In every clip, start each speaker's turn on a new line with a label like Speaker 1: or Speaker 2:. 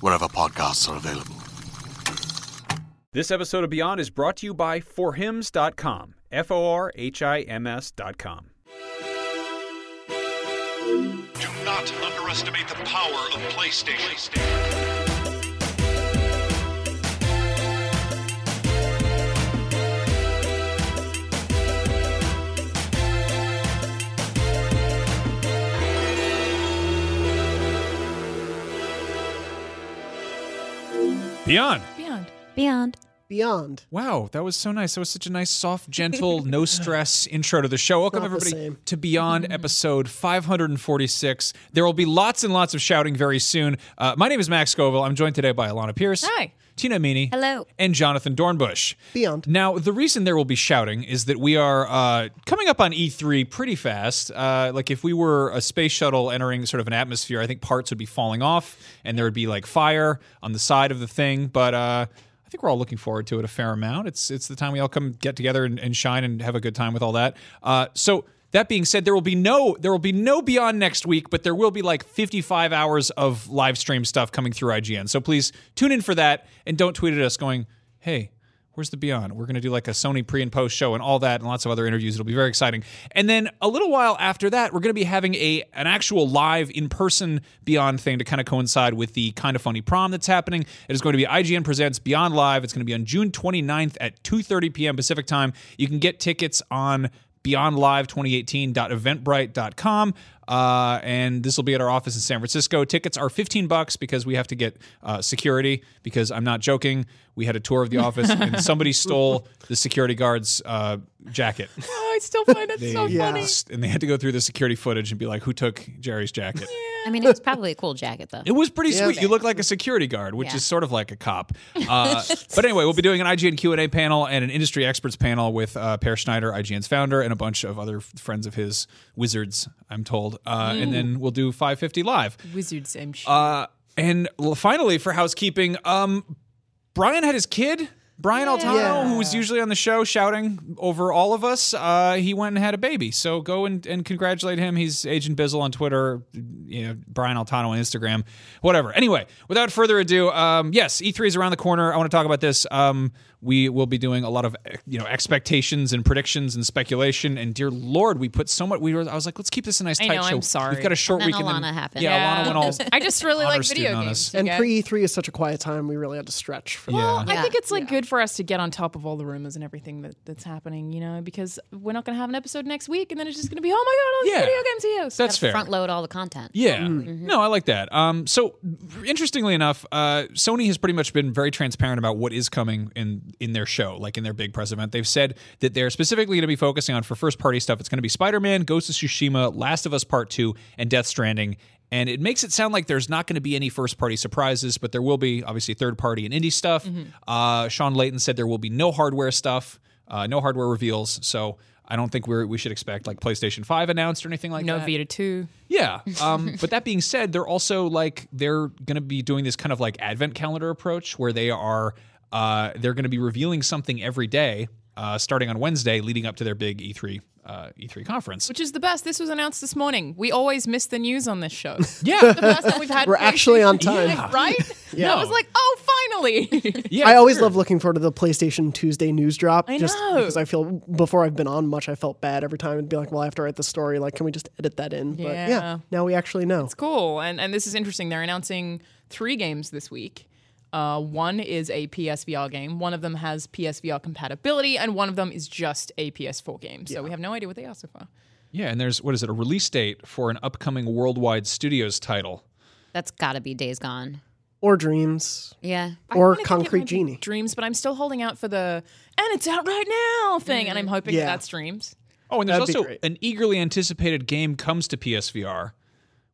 Speaker 1: wherever podcasts are available.
Speaker 2: This episode of Beyond is brought to you by forhims.com, F O R H I M S.com.
Speaker 3: Do not underestimate the power of PlayStation.
Speaker 4: Beyond.
Speaker 5: Beyond. Beyond.
Speaker 6: Beyond.
Speaker 4: Wow, that was so nice. That was such a nice, soft, gentle, no stress intro to the show. Welcome,
Speaker 6: not the
Speaker 4: everybody,
Speaker 6: same.
Speaker 4: to Beyond episode 546. There will be lots and lots of shouting very soon. Uh, my name is Max Scoville. I'm joined today by Alana Pierce.
Speaker 5: Hi.
Speaker 4: Tina Meany.
Speaker 5: Hello.
Speaker 4: And Jonathan Dornbush.
Speaker 6: Beyond.
Speaker 4: Now, the reason there will be shouting is that we are uh, coming up on E3 pretty fast. Uh, like, if we were a space shuttle entering sort of an atmosphere, I think parts would be falling off and there would be like fire on the side of the thing. But uh, I think we're all looking forward to it a fair amount. It's, it's the time we all come get together and, and shine and have a good time with all that. Uh, so, that being said, there will be no there will be no beyond next week, but there will be like 55 hours of live stream stuff coming through IGN. So please tune in for that and don't tweet at us going, "Hey, where's the beyond?" We're going to do like a Sony pre and post show and all that and lots of other interviews. It'll be very exciting. And then a little while after that, we're going to be having a an actual live in-person beyond thing to kind of coincide with the kind of funny prom that's happening. It is going to be IGN presents Beyond Live. It's going to be on June 29th at 2:30 p.m. Pacific time. You can get tickets on beyondlive2018.eventbrite.com. Uh, and this will be at our office in San Francisco. Tickets are 15 bucks because we have to get uh, security. Because I'm not joking, we had a tour of the office and somebody stole the security guard's uh, jacket.
Speaker 5: Oh, I still find it so
Speaker 6: Yeah.
Speaker 5: funny.
Speaker 4: And they had to go through the security footage and be like, who took Jerry's jacket?
Speaker 5: I mean, it was probably a cool jacket, though.
Speaker 4: It was pretty
Speaker 6: Yeah.
Speaker 4: sweet. You look like a security guard, which
Speaker 5: Yeah.
Speaker 4: is sort of like a cop. Uh, but anyway, we'll be doing an IGN Q and A panel and an industry experts panel with uh, Per Schneider, IGN's founder, and a bunch of other f- friends of his, wizards, I'm told. Uh, And then we'll do 550 live.
Speaker 7: Wizards, I'm sure.
Speaker 4: Uh, and l- finally, for housekeeping, um, Brian had his kid. Brian Altano,
Speaker 6: Yeah.
Speaker 4: who was usually on the show shouting over all of us, uh, he went and had a baby. So go and, and congratulate him. He's Agent Bizzle on Twitter, you know, Brian Altano on Instagram, whatever. Anyway, without further ado, um, yes, E3 is around the corner. I want to talk about this. Um, we will be doing a lot of eh, you know expectations and predictions and speculation. And dear Lord, we put so much. We were, I was like, let's keep this a nice
Speaker 7: I
Speaker 4: tight
Speaker 7: know,
Speaker 4: show.
Speaker 7: I'm sorry.
Speaker 4: We've got a short
Speaker 5: And then
Speaker 4: weekend.
Speaker 5: Alana happened.
Speaker 4: Yeah, Alana
Speaker 7: Yeah.
Speaker 4: went all.
Speaker 7: I just really
Speaker 4: honor
Speaker 7: like video
Speaker 4: student on
Speaker 7: games.
Speaker 4: us.
Speaker 7: you
Speaker 6: And
Speaker 7: guys.
Speaker 6: pre E3 is such a quiet time. We really had to stretch for that.
Speaker 7: Well, I
Speaker 5: Yeah.
Speaker 7: think it's like good for us to get on top of all the rumors and everything that, that's happening, you know, because we're not going to have an episode next week, and then it's just going to be, oh my god, all
Speaker 4: Yeah.
Speaker 7: these video games are used.
Speaker 4: That's fair.
Speaker 5: Front load all the content.
Speaker 4: Yeah. No, I like that. Um, so, interestingly enough, uh, Sony has pretty much been very transparent about what is coming in in their show, like in their big press event. They've said that they're specifically going to be focusing on for first party stuff. It's going to be Spider Man, Ghost of Tsushima, Last of Us Part Two, and Death Stranding. And it makes it sound like there's not going to be any first party surprises, but there will be obviously third party and indie stuff. Uh, Sean Layton said there will be no hardware stuff, uh, no hardware reveals. So. I don't think we're, we should expect like PlayStation 5 announced or anything like
Speaker 7: No
Speaker 4: that.
Speaker 7: Vita 2.
Speaker 4: Yeah. Um, but that being said, they're also like they're going to be doing this kind of like advent calendar approach where they are uh, they're going to be revealing something every day uh, starting on Wednesday leading up to their big E3 uh, E3 conference.
Speaker 7: Which is the best. This was announced this morning. We always miss the news on this show.
Speaker 4: yeah.
Speaker 7: That's that we've had.
Speaker 6: We're actually on time.
Speaker 7: Right?
Speaker 6: Yeah.
Speaker 7: I was like, oh, finally.
Speaker 4: Yeah.
Speaker 6: I always
Speaker 4: sure.
Speaker 6: love looking forward to the PlayStation Tuesday news drop.
Speaker 7: I
Speaker 6: just
Speaker 7: know.
Speaker 6: because I feel before I've been on much, I felt bad every time and be like, well, I have to write the story. Like, can we just edit that in? But yeah,
Speaker 7: Yeah.
Speaker 6: now we actually know.
Speaker 7: It's cool. And and this is interesting. They're announcing three games this week. Uh, one is a PSVR game. One of them has PSVR compatibility, and one of them is just a PS4 game. So we have no idea what they are so far.
Speaker 4: Yeah, and there's what is it? A release date for an upcoming worldwide studios title.
Speaker 5: That's got to be Days Gone.
Speaker 6: or dreams
Speaker 5: Yeah.
Speaker 6: or
Speaker 7: I think it
Speaker 6: concrete
Speaker 7: might be
Speaker 6: genie.
Speaker 7: Dreams, but I'm still holding out for the and it's out right now thing, and I'm hoping that
Speaker 6: Mm, Yeah.
Speaker 7: that's Dreams.
Speaker 4: Oh, and there's
Speaker 6: That'd be
Speaker 4: also
Speaker 6: great.
Speaker 4: an eagerly anticipated game comes to PSVR,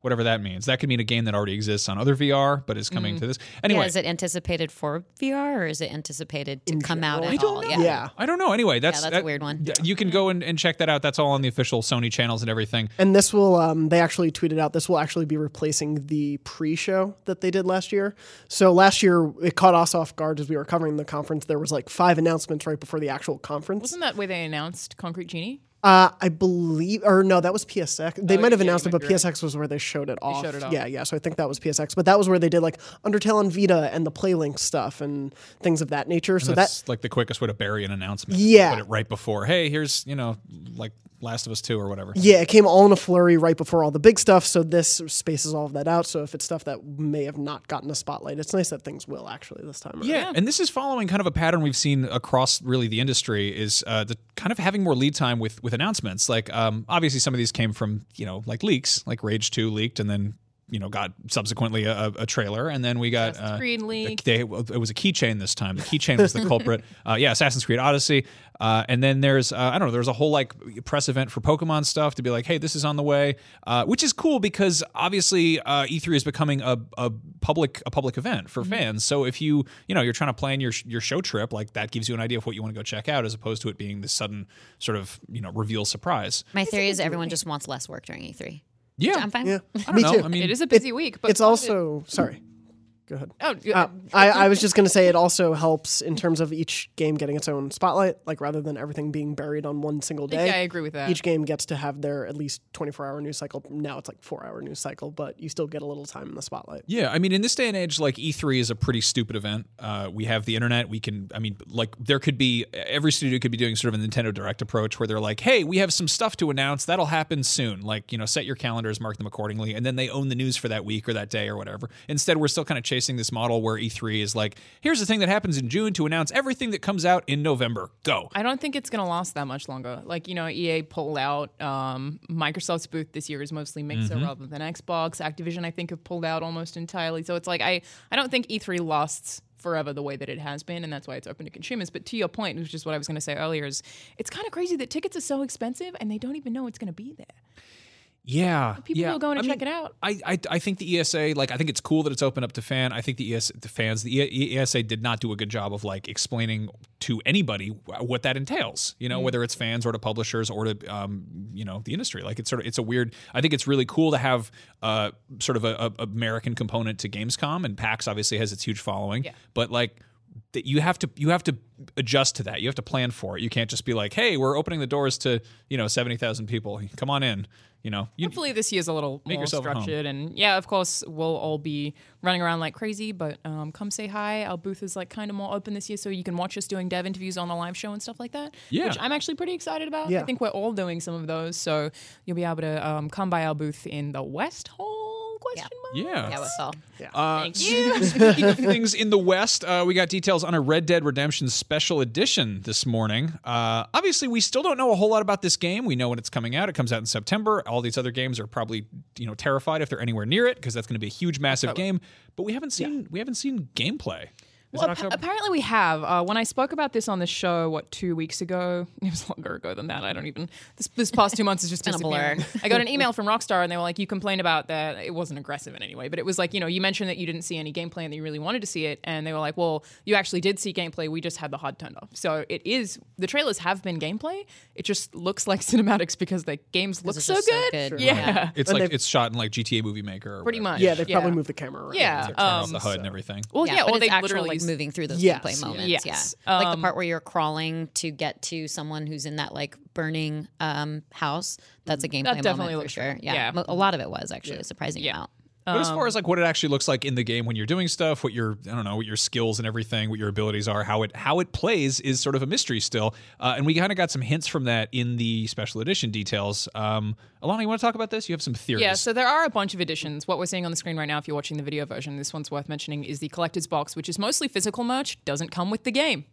Speaker 4: whatever that means. That could mean a game that already exists on other VR, but is coming
Speaker 6: Mm.
Speaker 4: to this. Anyway,
Speaker 5: Yeah, is it anticipated for VR or is it anticipated to come out at all?
Speaker 6: Yeah.
Speaker 4: I don't know. Anyway, that's,
Speaker 5: that's a
Speaker 4: that-
Speaker 5: weird one.
Speaker 4: th- You can go and, and check that out. That's all on the official Sony channels and everything.
Speaker 6: And this will, um, they actually tweeted out, this will actually be replacing the pre show that they did last year. So last year, it caught us off guard as we were covering the conference. There was like five announcements right before the actual conference.
Speaker 7: Wasn't that where they announced Concrete Genie?
Speaker 6: Uh, I believe, or no, that was PSX. They might have
Speaker 7: Oh, yeah,
Speaker 6: announced
Speaker 7: you
Speaker 6: it,
Speaker 7: might
Speaker 6: but
Speaker 7: be right.
Speaker 6: PSX was where they showed it off.
Speaker 7: showed it off.
Speaker 6: Yeah, yeah. So I think that was PSX. But that was where they did like Undertale and Vita and the Playlink stuff and things of that nature. so that
Speaker 4: that's like the quickest way to bury an announcement.
Speaker 6: Yeah.
Speaker 4: Put it right before, hey, here's, you know, like Last of Us 2 or whatever.
Speaker 6: Yeah, it came all in a flurry right before all the big stuff, so this spaces all of that out. So if it's stuff that may have not gotten a spotlight, it's nice that things will actually this time. around.
Speaker 4: Yeah, and this is following kind of a pattern we've seen across really the industry is uh, the kind of having more lead time with with announcements. Like um, obviously some of these came from you know like leaks, like Rage Two leaked, and then you know got subsequently a, a- a trailer, and then we got
Speaker 7: Assassin's Creed leaked.
Speaker 4: uh, They, it was a keychain this time. The keychain was the culprit. Uh, yeah, Assassin's Creed Odyssey, uh, and then there's uh, I don't know. There's a whole like press event for Pokemon stuff to be like, hey, this is on the way, uh, which is cool because obviously uh, E3 is becoming a, a public a public event
Speaker 7: Mm-hmm.
Speaker 4: for fans. So if you you know you're trying to plan your sh- your show trip, like that gives you an idea of what you want to go check out, as opposed to it being this sudden sort of you know reveal surprise.
Speaker 5: My theory is everyone just wants less work during E3.
Speaker 4: Yeah,
Speaker 5: I'm fine.
Speaker 6: yeah.
Speaker 4: I don't
Speaker 6: Me
Speaker 4: know.
Speaker 6: too.
Speaker 4: I mean,
Speaker 7: It is a busy week, but
Speaker 6: it's also sorry. Go ahead.
Speaker 7: oh,
Speaker 6: Uh, I, I was just going to say it also helps in terms of each game getting its own spotlight, like rather than everything being buried on one single
Speaker 7: I
Speaker 6: day.
Speaker 7: think I agree with that.
Speaker 6: Each game gets to have their at least 24 hour news cycle. Now it's like four hour news cycle, but you still get a little time in the spotlight.
Speaker 4: Yeah, I mean, in this day and age, like E3 is a pretty stupid event. Uh, we have the internet. We can, I mean, like there could be every studio could be doing sort of a Nintendo Direct approach where they're like, "Hey, we have some stuff to announce. That'll happen soon. Like, you know, set your calendars, mark them accordingly, and then they own the news for that week or that day or whatever." Instead, we're still kind of chasing this model where E3 is like, "Here's the thing that happens in June to announce everything that comes out in November. Go."
Speaker 7: I don't think it's going to last that much longer. Like, you know, EA pulled out. Um, Microsoft's booth this year is mostly Mixer rather than Xbox. Activision, I think, have pulled out almost entirely. So it's like, I, I don't think E3 lasts forever the way that it has been, and that's why it's open to consumers. But to your point, which is what I was going to say earlier, is it's kind of crazy that tickets are so expensive and they don't even know it's going to be there.
Speaker 4: Yeah,
Speaker 7: People
Speaker 4: yeah.
Speaker 7: will go in
Speaker 4: I
Speaker 7: and
Speaker 4: mean,
Speaker 7: check it out.
Speaker 4: I, I I think the ESA like I think it's cool that it's open up to fan. I think the ES the fans the E- ESA did not do a good job of like explaining to anybody wh- what that entails. You know, whether it's fans or to publishers or to um you know the industry. Like it's sort of it's a weird. I think it's really cool to have uh sort of a, a American component to Gamescom and PAX obviously has its huge following. But like that you have to you have to adjust to that. You have to plan for it. You can't just be like, "Hey, we're opening the doors to you know seventy thousand people. Come on in." You know, you,
Speaker 7: Hopefully, this year's a little more
Speaker 4: yourself at home.
Speaker 7: structured. And yeah, of course, we'll all be running around like crazy, but um, come say hi. Our booth is like kind of more open this year, so you can watch us doing dev interviews on the live show and stuff like that.
Speaker 4: Yeah.
Speaker 7: Which I'm actually pretty excited about.
Speaker 6: Yeah.
Speaker 7: I think we're all doing some of those, so you'll be able to um, come by our booth in the West Hall question mark.
Speaker 4: yeah.
Speaker 5: Yeah, what's all?
Speaker 4: Uh, Speaking of things in the West, uh, we got details on a Red Dead Redemption special edition this morning. Uh, obviously, we still don't know a whole lot about this game. We know when it's coming out. It comes out in September. All these other games are probably you know terrified if they're anywhere near it because that's going to be a huge, massive game. But we haven't seen we haven't seen gameplay. Is
Speaker 7: Well,
Speaker 4: it
Speaker 7: appa-
Speaker 4: October?
Speaker 7: apparently we have. Uh, when I spoke about this on the show, what two weeks ago? It was longer ago than that. I don't even. This, this past two months is just
Speaker 5: Been a
Speaker 7: disappearing.
Speaker 5: blur.
Speaker 7: I got an email from Rockstar, and they were like, "You complained about that. It wasn't aggressive in any way, but it was like, you know, you mentioned that you didn't see any gameplay and that you really wanted to see it, and they were like, well, you actually did see gameplay. We just had the HUD turned off. So it is. The trailers have been gameplay. It just looks like cinematics because the games look
Speaker 5: it's
Speaker 7: so good.
Speaker 5: just so good.
Speaker 7: Yeah.
Speaker 4: it's like it's shot in like GTA Movie Maker. Or
Speaker 7: Pretty
Speaker 4: whatever.
Speaker 7: much.
Speaker 6: Yeah, they probably
Speaker 7: Yeah.
Speaker 6: moved the camera around.
Speaker 7: Yeah.
Speaker 4: Turn off
Speaker 7: um,
Speaker 4: the HUD and everything.
Speaker 7: well, yeah.
Speaker 5: but
Speaker 7: or
Speaker 5: it's
Speaker 7: they
Speaker 5: actual,
Speaker 7: literally
Speaker 5: like
Speaker 7: s-
Speaker 5: moving through those
Speaker 6: Yes,
Speaker 5: gameplay
Speaker 6: yeah.
Speaker 5: moments.
Speaker 7: Yes. Um,
Speaker 5: Yeah, like the part where you're crawling to get to someone who's in that like burning um, house. That's a gameplay
Speaker 7: Mm-hmm.
Speaker 5: moment
Speaker 7: definitely
Speaker 5: for
Speaker 7: looks
Speaker 5: sure.
Speaker 7: great.
Speaker 5: Yeah.
Speaker 7: Yeah.
Speaker 5: Mo- a lot of it was actually a surprising
Speaker 7: Yeah.
Speaker 5: amount.
Speaker 4: But
Speaker 7: Um,
Speaker 4: as far as like what it actually looks like in the game when you're doing stuff, what your I don't know, what your skills and everything, what your abilities are, how it how it plays is sort of a mystery still. Uh, and we kind of got some hints from that in the special edition details. Um, Alana, you want to talk about this? You have some theories.
Speaker 7: Yeah, so there are a bunch of editions. What we're seeing on the screen right now, if you're watching the video version, this one's worth mentioning, is the collector's box, which is mostly physical merch, doesn't come with the game.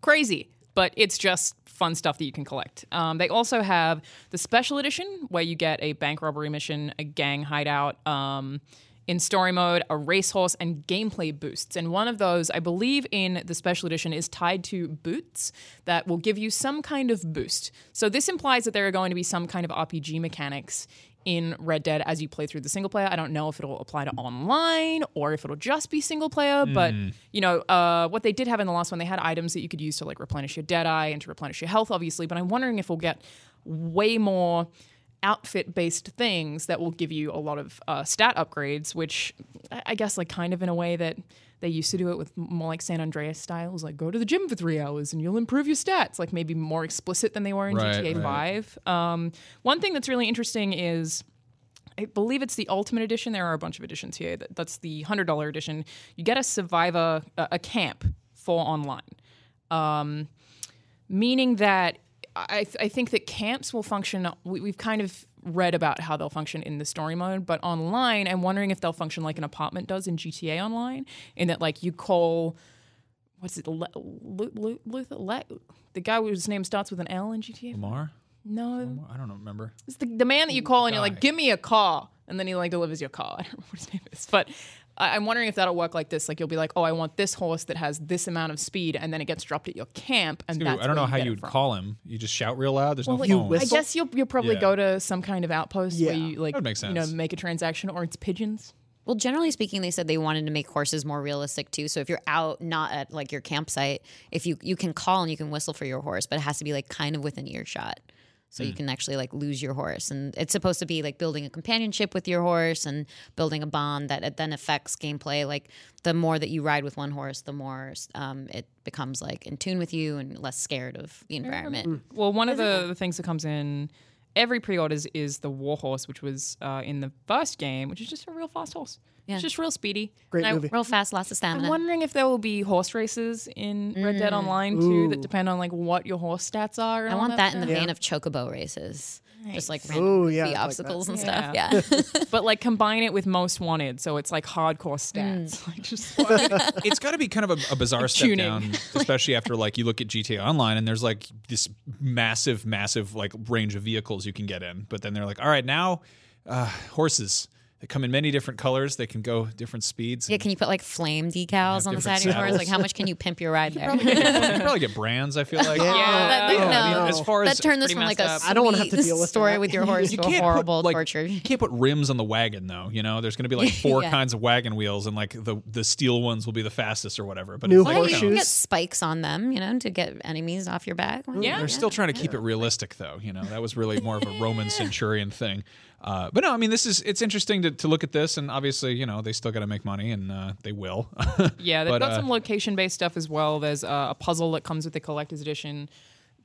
Speaker 7: Crazy, but it's just fun stuff that you can collect. Um, they also have the special edition, where you get a bank robbery mission, a gang hideout. Um, in story mode, a racehorse, and gameplay boosts. And one of those, I believe, in the special edition is tied to boots that will give you some kind of boost. So this implies that there are going to be some kind of RPG mechanics in Red Dead as you play through the single player. I don't know if it'll apply to online or if it'll just be single player, but you know, uh, what they did have in the last one, they had items that you could use to like replenish your Deadeye and to replenish your health, obviously. But I'm wondering if we'll get way more outfit based things that will give you a lot of uh, stat upgrades, which I I guess, like, kind of in a way that they used to do it with m- more like San Andreas styles, like go to the gym for three hours and you'll improve your stats, like maybe more explicit than they were in
Speaker 4: Right,
Speaker 7: GTA
Speaker 4: right.
Speaker 7: 5. Um, one thing that's really interesting is. I believe it's the Ultimate Edition. There are a bunch of editions here. That- That's the hundred dollar edition. You get a survivor, a a camp for online, um, meaning that I, I think that camps will function. We, we've kind of read about how they'll function in the story mode, but online, I'm wondering if they'll function like an apartment does in GTA Online, in that like you call what's it, Le, Lu- Lu- Luther- Le- the guy whose name starts with an L in GTA.
Speaker 4: Lamar?
Speaker 7: No,
Speaker 4: I don't know, remember.
Speaker 7: it's the, the man that you call and you're
Speaker 4: Guy.
Speaker 7: like, give me a car. And then he like delivers your car. I don't know what his name is. But I, I'm wondering if that'll work like this. Like you'll be like, oh, I want this horse that has this amount of speed. And then it gets dropped at your camp. And that's
Speaker 4: I don't
Speaker 7: where
Speaker 4: know
Speaker 7: you
Speaker 4: how
Speaker 7: get
Speaker 4: you
Speaker 7: it
Speaker 4: would
Speaker 7: from.
Speaker 4: call him. You just shout real loud. There's no
Speaker 7: Well,
Speaker 4: phone.
Speaker 7: I guess you'll, you'll probably
Speaker 4: Yeah.
Speaker 7: go to some kind of outpost where
Speaker 6: Yeah.
Speaker 7: you like,
Speaker 4: That would make
Speaker 7: you know,
Speaker 4: sense.
Speaker 7: make a transaction or it's pigeons.
Speaker 5: Well, generally speaking, they said they wanted to make horses more realistic too. So if you're out, not at like your campsite, if you you can call and you can whistle for your horse, but it has to be like kind of within earshot, so
Speaker 6: Hmm.
Speaker 5: you can actually like lose your horse. And it's supposed to be like building a companionship with your horse and building a bond that it then affects gameplay. Like the more that you ride with one horse, the more um, it becomes like in tune with you and less scared of the environment.
Speaker 6: Mm.
Speaker 7: Well, one of the, the things that comes in every pre-orders is the war horse, which was uh, in the first game, which is just a real fast horse. It's just real speedy.
Speaker 6: Great
Speaker 7: And I-
Speaker 6: movie.
Speaker 5: Real fast, lots of
Speaker 7: I'm
Speaker 5: stamina.
Speaker 7: wondering if there will be horse races in Red Dead Online too that depend on like what your horse stats are. and
Speaker 5: I
Speaker 7: all
Speaker 5: want that in the
Speaker 7: stuff.
Speaker 5: vein of chocobo races, just like
Speaker 6: Ooh,
Speaker 5: random
Speaker 6: yeah,
Speaker 5: the
Speaker 6: I like
Speaker 5: obstacles
Speaker 6: that.
Speaker 5: and stuff. Yeah.
Speaker 7: but like combine it with most wanted, so it's like hardcore stats. Like just
Speaker 4: it's got to be kind of a, a bizarre step
Speaker 7: Tuning.
Speaker 4: down, especially after like you look at GTA Online and there's like this massive, massive like range of vehicles you can get in. But then they're like, all right, now uh, horses. They come in many different colors. They can go different speeds.
Speaker 5: Yeah, can you put like flame decals on the
Speaker 4: different
Speaker 5: side of your horse?
Speaker 4: saddles.
Speaker 5: Like, how much can you pimp your ride there?
Speaker 4: you can probably get brands. I feel like.
Speaker 7: Yeah.
Speaker 5: That,
Speaker 4: I
Speaker 7: Yeah,
Speaker 4: mean,
Speaker 5: no.
Speaker 4: as far as
Speaker 5: that turned this from
Speaker 7: pretty
Speaker 5: like
Speaker 7: messed
Speaker 5: a
Speaker 7: up.
Speaker 5: sweet
Speaker 6: I don't wanna have to deal with
Speaker 5: story
Speaker 6: that.
Speaker 5: with your horse
Speaker 4: you
Speaker 5: to a
Speaker 4: can't
Speaker 5: horrible
Speaker 4: put, like,
Speaker 5: torture.
Speaker 4: You can't put rims on the wagon though. You know, there's going to be like four
Speaker 5: Yeah.
Speaker 4: kinds of wagon wheels, and like the the steel ones will be the fastest or whatever. But
Speaker 6: New
Speaker 4: it's like,
Speaker 5: Well, you
Speaker 4: you know,
Speaker 5: can get
Speaker 6: Horseshoes.
Speaker 5: spikes on them, you know, to get enemies off your back. Why not?
Speaker 7: Yeah.
Speaker 4: They're still trying to keep it realistic, though. You know, that was really more of a Roman centurion thing. Uh, but no, I mean, this is it's interesting to, to look at this, and obviously, you know, they still got to make money, and uh, they will.
Speaker 7: yeah, they've
Speaker 4: But,
Speaker 7: got
Speaker 4: uh,
Speaker 7: some location-based stuff as well. There's uh, a puzzle that comes with the collector's edition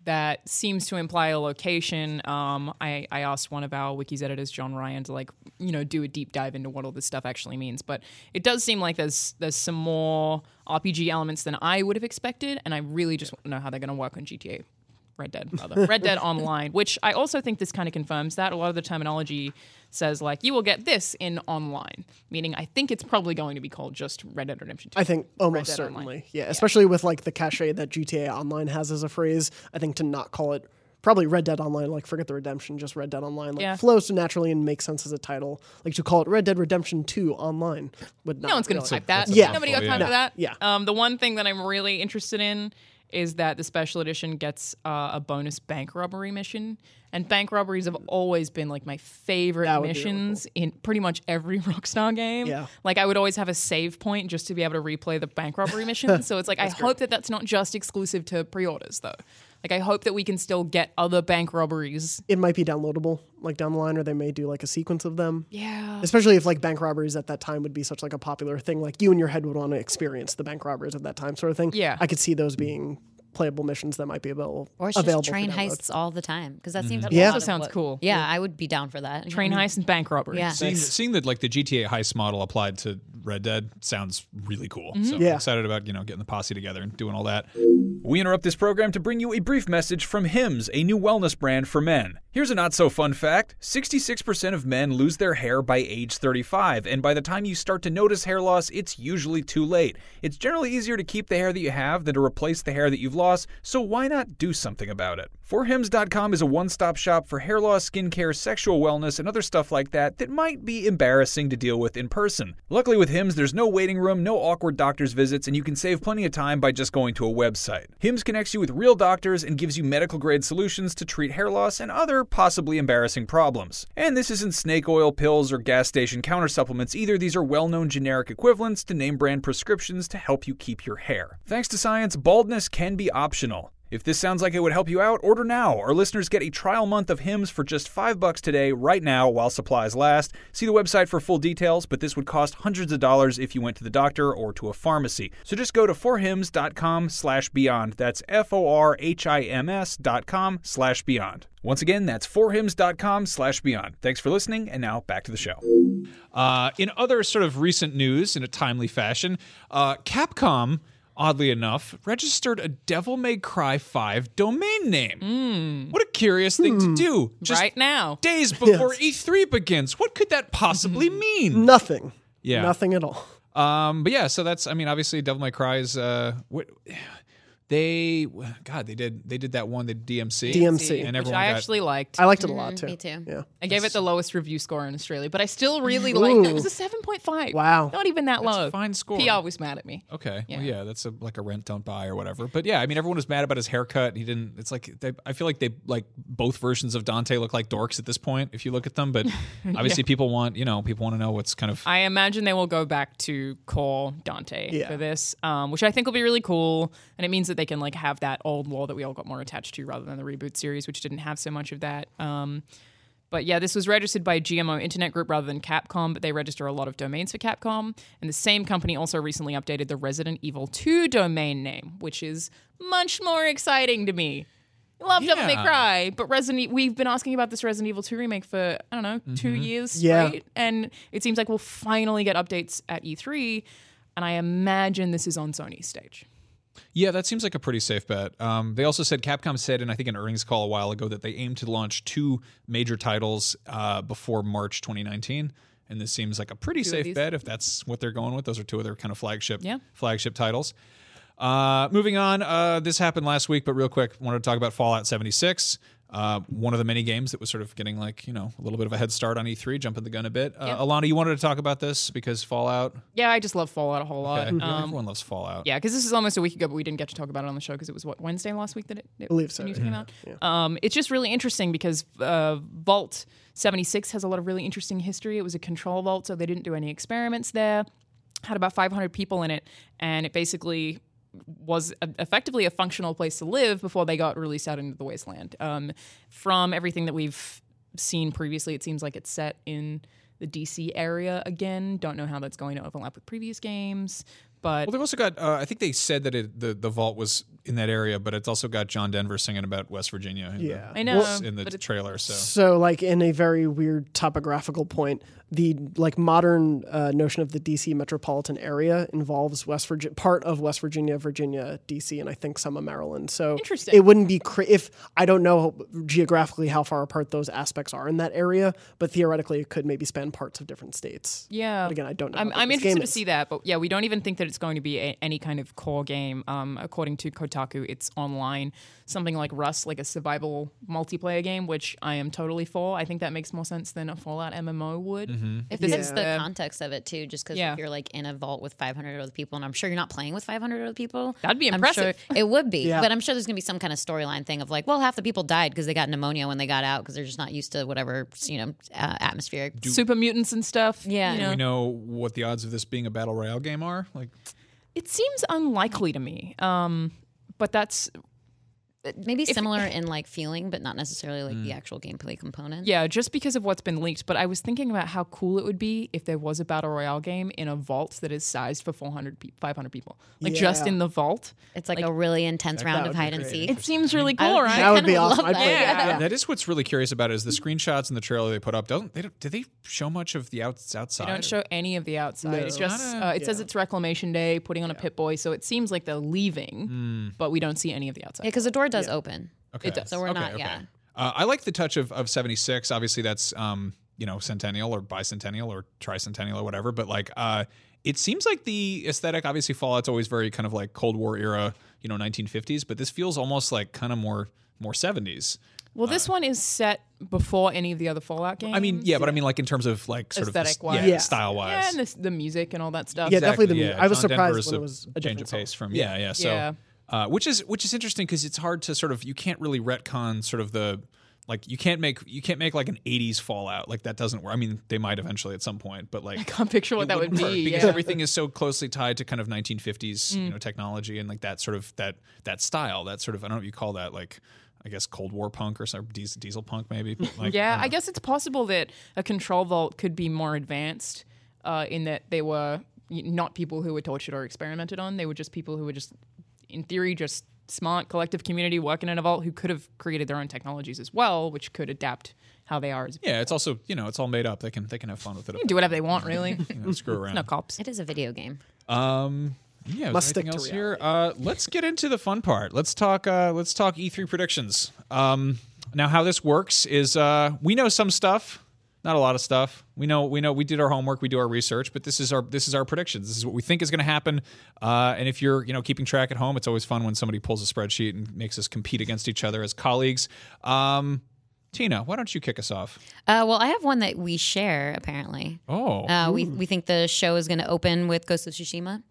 Speaker 7: that seems to imply a location. Um, I, I asked one of our wiki's editors, John Ryan, to like you know do a deep dive into what all this stuff actually means. But it does seem like there's there's some more RPG elements than I would have expected, and I really just want to know how they're going to work on GTA. Red Dead, rather. Red Dead Online, which I also think this kind of confirms that. A lot of the terminology says, like, you will get this in online, meaning I think it's probably going to be called just Red Dead Redemption 2.
Speaker 6: I think almost
Speaker 7: Dead Online.
Speaker 6: certainly. Yeah, especially with like the cachet that GTA Online has as a phrase. I think to not call it probably Red Dead Online, like forget the redemption, just Red Dead Online, like
Speaker 7: Yeah.
Speaker 6: flows naturally and makes sense as a title. Like to call it Red Dead Redemption 2 Online would not
Speaker 7: No one's going to
Speaker 6: really-
Speaker 7: type that.
Speaker 4: that's a
Speaker 6: Yeah.
Speaker 7: Nobody got
Speaker 4: mouthful,
Speaker 7: time
Speaker 4: yeah.
Speaker 7: for that.
Speaker 6: Yeah.
Speaker 7: Um, the one thing that I'm really interested in is that the special edition gets uh, a bonus bank robbery mission. And bank robberies have always been like my favorite
Speaker 6: would be really
Speaker 7: missions in pretty much every Rockstar game.
Speaker 6: Yeah.
Speaker 7: Like I would always have a save point just to be able to replay the bank robbery mission. So it's like I hope that that's not just exclusive to pre-orders though. Like I hope that we can still get other bank robberies.
Speaker 6: It might be downloadable like down the line, or they may do like a sequence of them.
Speaker 7: Yeah.
Speaker 6: Especially if like bank robberies at that time would be such like a popular thing, like you in your head would want to experience the bank robbers at that time, sort of thing.
Speaker 7: Yeah.
Speaker 6: I could see those being playable missions that might be available.
Speaker 5: Or it's
Speaker 6: available
Speaker 5: just
Speaker 6: for
Speaker 5: train
Speaker 6: download.
Speaker 5: heists all the time because that seems
Speaker 7: That
Speaker 5: like a
Speaker 7: also
Speaker 5: lot of
Speaker 7: sounds
Speaker 5: what-
Speaker 7: cool.
Speaker 5: Yeah, I would be down for that. Mm-hmm.
Speaker 7: Train
Speaker 6: Mm.
Speaker 7: heist and bank robbery.
Speaker 5: Yeah.
Speaker 4: Seeing, seeing that like the GTA heist model applied to Red Dead sounds really cool. So
Speaker 6: Yeah.
Speaker 4: I'm excited about you know getting the posse together and doing all that.
Speaker 2: We interrupt this program to bring you a brief message from Hims, a new wellness brand for men. Here's a not so fun fact 66% of men lose their hair by age 35, and by the time you start to notice hair loss, it's usually too late. It's generally easier to keep the hair that you have than to replace the hair that you've lost, so why not do something about it? ForHims.com is a one stop shop for hair loss, skincare, sexual wellness, and other stuff like that that might be embarrassing to deal with in person. Luckily, with Hims, there's no waiting room, no awkward doctor's visits, and you can save plenty of time by just going to a website. Hims connects you with real doctors and gives you medical grade solutions to treat hair loss and other possibly embarrassing problems. And this isn't snake oil pills or gas station counter supplements either. These are well known generic equivalents to name brand prescriptions to help you keep your hair. Thanks to science, baldness can be optional. If this sounds like it would help you out, order now. Our listeners get a trial month of hymns for just five bucks today, right now, while supplies last. See the website for full details, but this would cost hundreds of dollars if you went to the doctor or to a pharmacy. So just go to forhims.com slash beyond. That's F-O-R-H-I-M-S dot com slash beyond. Once again, that's forhims.com slash beyond. Thanks for listening, and now back to the show.
Speaker 4: Uh, in other sort of recent news, in a timely fashion, uh, Capcom, oddly enough, registered a Devil May Cry 5 domain name. What a curious thing to do. Just
Speaker 7: Hmm. Right now.
Speaker 4: Days before E3 begins. What could that possibly
Speaker 7: Mm-hmm.
Speaker 4: mean?
Speaker 6: Nothing.
Speaker 4: Yeah.
Speaker 6: Nothing at all.
Speaker 4: Um, but yeah, so that's I mean, obviously, Devil May Cry is uh, what they God they did they did that one the DMC
Speaker 6: DMC.
Speaker 4: and
Speaker 7: which
Speaker 4: everyone
Speaker 7: I
Speaker 4: got-
Speaker 7: actually liked.
Speaker 6: I liked it a lot too.
Speaker 5: Mm-hmm. me too.
Speaker 6: Yeah.
Speaker 7: I gave it the lowest review score in Australia, but I still really liked it. It was a 7.5.
Speaker 6: Wow.
Speaker 7: Not even that
Speaker 4: That's a
Speaker 7: low.
Speaker 4: fine score.
Speaker 7: He always mad at me.
Speaker 4: Okay. Well, yeah, that's a, like a rent don't buy or whatever. But yeah, I mean, everyone was mad about his haircut. He didn't. It's like they, I feel like they like both versions of Dante look like dorks at this point if you look at them. But obviously, people want you know people want to know what's kind of
Speaker 7: I imagine they will go back to call Dante
Speaker 6: Yeah.
Speaker 7: for this, um, which I think will be really cool. And it means that they can like have that old lore that we all got more attached to rather than the reboot series, which didn't have so much of that. Um, but yeah, this was registered by GMO Internet Group rather than Capcom, but they register a lot of domains for Capcom. And the same company also recently updated the Resident Evil 2 domain name, which is much more exciting to me. I Love Devil May
Speaker 4: Yeah.
Speaker 7: Cry, but Resident E, we've been asking about this Resident Evil 2 remake for I don't know, 2 years
Speaker 6: Yeah.
Speaker 7: straight and it seems like we'll finally get updates at E3 and I imagine this is on Sony's stage.
Speaker 4: yeah. That seems like a pretty safe bet. Um, they also said Capcom said in I think an earnings call a while ago that they aim to launch two major titles uh, before March 2019. And this seems like a pretty safe
Speaker 7: these?
Speaker 4: bet if that's what they're going with. Those are two of their kind of flagship
Speaker 7: Yeah.
Speaker 4: flagship titles. Uh, moving on, uh, this happened last week, but real quick, wanted to talk about Fallout 76. Uh, one of the many games that was sort of getting like you know a little bit of a head start on E3, jumping the gun a bit. Uh, Alana, you wanted to talk about this because Fallout.
Speaker 7: Yeah, I just love Fallout a whole lot.
Speaker 4: Okay.
Speaker 7: Um,
Speaker 4: Everyone loves Fallout.
Speaker 7: yeah, because this is almost a week ago, but we didn't get to talk about it on the show because it was what Wednesday last week that it, it
Speaker 6: believe so,
Speaker 7: the news
Speaker 6: yeah.
Speaker 7: came out. Um, it's just really interesting because uh, Vault 76 has a lot of really interesting history. It was a control vault, so they didn't do any experiments there. Had about 500 people in it, and it basically was a, effectively a functional place to live before they got released out into the wasteland. Um, from everything that we've seen previously, it seems like it's set in the DC area again. Don't know how that's going to overlap with previous games, but
Speaker 4: Well, they've also got. Uh, I think they said that it, the the vault was in that area, but it's also got John Denver singing about West Virginia. In
Speaker 6: Yeah.
Speaker 4: the,
Speaker 7: I know,
Speaker 4: in the
Speaker 7: but it's-
Speaker 4: trailer. So
Speaker 6: So, like in a very weird topographical point, the like modern uh, notion of the DC metropolitan area involves West Virginia, part of West Virginia, Virginia, DC, and I think some of Maryland. So,
Speaker 7: Interesting.
Speaker 6: It wouldn't be cra- if I don't know geographically how far apart those aspects are in that area, but theoretically, it could maybe span parts of different states.
Speaker 7: Yeah.
Speaker 6: But again, I don't know.
Speaker 7: I'm,
Speaker 6: how big
Speaker 7: I'm
Speaker 6: this
Speaker 7: interested
Speaker 6: game
Speaker 7: to
Speaker 6: is.
Speaker 7: see that, but yeah, we don't even think that it's going to be a, any kind of core game. Um, according to Kotaku, it's online, something like Rust, like a survival multiplayer game, which I am totally for. I think that makes more sense than a Fallout MMO would.
Speaker 5: If this is
Speaker 6: Yeah.
Speaker 5: the context of it too, just because
Speaker 7: Yeah.
Speaker 5: if you're like in a vault with 500 other people, and I'm sure you're not playing with 500 other people,
Speaker 7: That'd be
Speaker 5: I'm
Speaker 7: impressive.
Speaker 5: sure- it would be,
Speaker 6: Yeah.
Speaker 5: but I'm sure there's gonna be some kind of storyline thing of like, well, half the people died because they got pneumonia when they got out because they're just not used to whatever you know uh, atmospheric.
Speaker 7: Super mutants and stuff.
Speaker 5: Yeah.
Speaker 7: you
Speaker 5: Do
Speaker 7: know?
Speaker 4: we know what the odds of this being a battle royale game are. Like,
Speaker 7: it seems unlikely to me. Um, but that's
Speaker 5: maybe similar in like feeling, but not necessarily like the actual gameplay component.
Speaker 7: Yeah, just because of what's been leaked. But I was thinking about how cool it would be if there was a battle royale game in a vault that is sized for 400 pe- 500 people, like just
Speaker 6: Yeah.
Speaker 7: in the vault.
Speaker 5: It's like, a really intense round of hide and seek.
Speaker 7: It seems really cool, right?
Speaker 6: That would
Speaker 5: kinda
Speaker 6: be
Speaker 5: love
Speaker 6: awesome. I'd
Speaker 5: that.
Speaker 6: play
Speaker 7: Yeah.
Speaker 6: that.
Speaker 4: That is what's really curious about is the screenshots and the trailer they put up. Don't they? don't- Do they show much of the outs outside?
Speaker 7: They don't show any of the outside. It's just uh, it says it's Reclamation Day, putting on a pit boy, so it seems like they're leaving,
Speaker 4: Hmm.
Speaker 7: but we don't see any of the outside.
Speaker 5: Yeah, because the door does open.
Speaker 4: Okay.
Speaker 7: does.
Speaker 5: So we're not, yeah.
Speaker 4: Uh, I like the touch of, of 76. Obviously, that's, um, you know, centennial or bicentennial or tricentennial or whatever. But like, uh, it seems like the aesthetic, obviously, Fallout's always very kind of like Cold War era, you know, 1950s, but this feels almost like kind of more more 70s.
Speaker 7: well, this one is set before any of the other Fallout games.
Speaker 4: Uh. I mean, yeah, but I mean, like in terms of like sort of
Speaker 7: Mm, Aesthetic-wise.
Speaker 4: yeah,
Speaker 6: Yeah.
Speaker 4: style wise.
Speaker 7: yeah, and this, the music and all that stuff.
Speaker 6: Yeah, definitely the
Speaker 4: Exactly,
Speaker 6: mu- I was
Speaker 4: John
Speaker 6: surprised
Speaker 4: Denver's
Speaker 6: when it was a
Speaker 4: change
Speaker 6: different
Speaker 4: of pace
Speaker 6: song.
Speaker 4: from yeah, yeah. So,
Speaker 7: Yeah.
Speaker 4: Uh, which is which is interesting because it's hard to sort of you can't really retcon sort of the like you can't make you can't make like an '80s Fallout like that doesn't work. I mean, they might eventually at some point, but like.
Speaker 7: can't picture what
Speaker 4: it
Speaker 7: that would
Speaker 4: wouldn't work
Speaker 7: be.
Speaker 4: because
Speaker 7: yeah. Mm.
Speaker 4: everything is so closely tied to kind of 1950s you know technology and like that sort of that that style that sort of I don't know what you call that like I guess Cold War punk or some diesel, diesel punk maybe but, like,
Speaker 7: Yeah,
Speaker 6: Uh-huh.
Speaker 7: I guess it's possible that a control vault could be more advanced uh, in that they were y- not people who were tortured or experimented on. They were just people who were just, in theory, just smart collective community working in a vault who could have created their own technologies as well, which could adapt how they are. As
Speaker 4: yeah it's also you know it's all made up they can they can have fun with it
Speaker 7: do whatever they want, really.
Speaker 4: you know, screw around
Speaker 7: no cops.
Speaker 5: It is a video game.
Speaker 4: Yeah,
Speaker 6: Must
Speaker 4: must
Speaker 6: stick
Speaker 4: anything
Speaker 6: to
Speaker 4: else here? Uh, let's get into the fun part. Let's talk. Uh, let's talk E3 predictions. Um, now, how this works is uh, we know some stuff, not a lot of stuff. We know we know we did our homework, we do our research, but this is our this is our predictions. This is what we think is going to happen. Uh, and if you're you know keeping track at home, it's always fun when somebody pulls a spreadsheet and makes us compete against each other as colleagues. Um, Tina, why don't you kick us off?
Speaker 5: Uh, well, I have one that we share apparently.
Speaker 4: Oh,
Speaker 5: Uh, we
Speaker 6: Mm.
Speaker 5: we think the show is going to open with Ghost of Tsushima,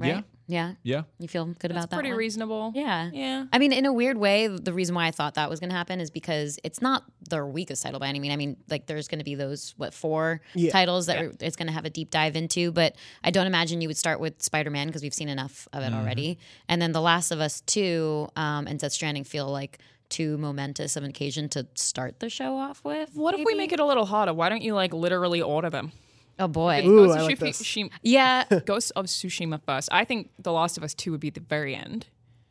Speaker 4: Yeah.
Speaker 5: right? Yeah.
Speaker 4: yeah.
Speaker 5: You feel good about that?
Speaker 7: Pretty
Speaker 5: one?
Speaker 7: reasonable.
Speaker 5: Yeah.
Speaker 7: Yeah.
Speaker 5: I mean, in a weird way, the reason why I thought that was going to happen is because it's not their weakest title by any mean. I mean, like there's going to be those what four
Speaker 6: Yeah.
Speaker 5: titles that we're- it's going to have a deep dive into. But I don't imagine you would start with Spider Man because we've seen enough of it
Speaker 6: Mm-hmm.
Speaker 5: already. And then The Last of Us Two um, and Death Stranding feel like too momentous of an occasion to start the show off with.
Speaker 7: What if we make it a little harder? Why don't you like literally order them?
Speaker 5: Oh boy.
Speaker 6: Ooh,
Speaker 7: Ghost
Speaker 6: I
Speaker 7: of
Speaker 6: like
Speaker 7: Shifu-
Speaker 6: this.
Speaker 7: Shim-
Speaker 5: Yeah.
Speaker 7: Ghost of Tsushima first. I think The Last of Us 2 would be the very end.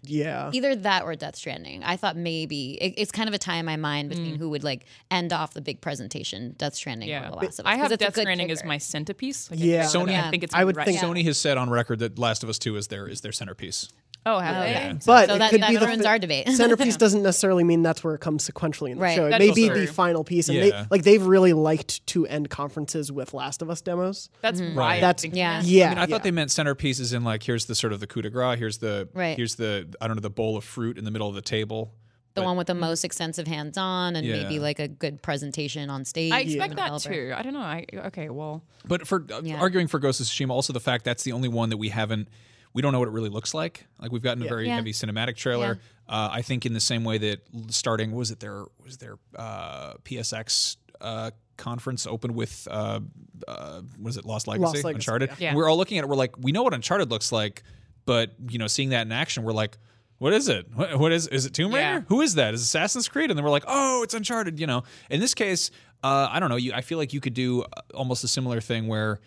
Speaker 6: Yeah.
Speaker 5: Either that or Death Stranding. I thought maybe it, it's kind of a tie in my mind
Speaker 7: Mm.
Speaker 5: between who would like end off the big presentation, Death Stranding or The Last of Us.
Speaker 7: I
Speaker 5: 'cause
Speaker 7: have
Speaker 5: it's a
Speaker 7: Death
Speaker 5: good
Speaker 7: Stranding as
Speaker 5: kicker.
Speaker 7: my centerpiece. Like, I
Speaker 6: Yeah.
Speaker 7: think that-
Speaker 5: Sony-
Speaker 7: I think it's.
Speaker 6: I would
Speaker 7: right-
Speaker 6: think-
Speaker 4: Sony has said on record that Last of Us Two is their is their centerpiece.
Speaker 7: Oh, have they?
Speaker 6: But
Speaker 5: So
Speaker 6: it
Speaker 5: that-
Speaker 6: could
Speaker 5: that
Speaker 6: be the
Speaker 5: ruins
Speaker 6: fi-
Speaker 5: our debate.
Speaker 6: centerpiece doesn't necessarily mean that's where it comes sequentially in the
Speaker 5: Right.
Speaker 6: show. It
Speaker 7: That's
Speaker 6: may be
Speaker 7: true.
Speaker 6: the final piece, and
Speaker 4: Yeah.
Speaker 6: they like they've really liked to end conferences with Last of Us demos.
Speaker 7: That's right.
Speaker 6: That's-
Speaker 5: Yeah.
Speaker 6: Yeah,
Speaker 4: I mean, I
Speaker 6: yeah.
Speaker 4: thought they meant centerpieces in like here's the sort of the coup de grace, here's the
Speaker 5: Right.
Speaker 4: here's the I don't know the bowl of fruit in the middle of the table.
Speaker 5: the one with the most extensive hands-on and maybe
Speaker 4: Yeah.
Speaker 5: like a good presentation on stage.
Speaker 7: I
Speaker 5: from
Speaker 7: expect
Speaker 5: a
Speaker 7: that
Speaker 5: developer.
Speaker 7: too. I don't know. I okay. Well,
Speaker 4: But for uh,
Speaker 5: Yeah.
Speaker 4: arguing for Ghost of Tsushima, also the fact that's the only one that we haven't we don't know what it really looks like. Like we've gotten a very
Speaker 5: Yeah.
Speaker 4: heavy cinematic trailer. Uh, I think in the same way that l- starting was it their was their uh, PSX uh, conference opened with uh, uh, what is it Lost Legacy,
Speaker 6: Lost Legacy,
Speaker 4: Uncharted.
Speaker 7: yeah.
Speaker 4: And We're all looking at it. We're like we know what Uncharted looks like, but you know seeing that in action, we're like. What is it? What, what is is it Tomb Raider?
Speaker 7: Yeah.
Speaker 4: Who is that? Is it Assassin's Creed? And then we're like, oh, it's Uncharted. You know. In this case, uh, I don't know. You, I feel like you could do uh, almost a similar thing where,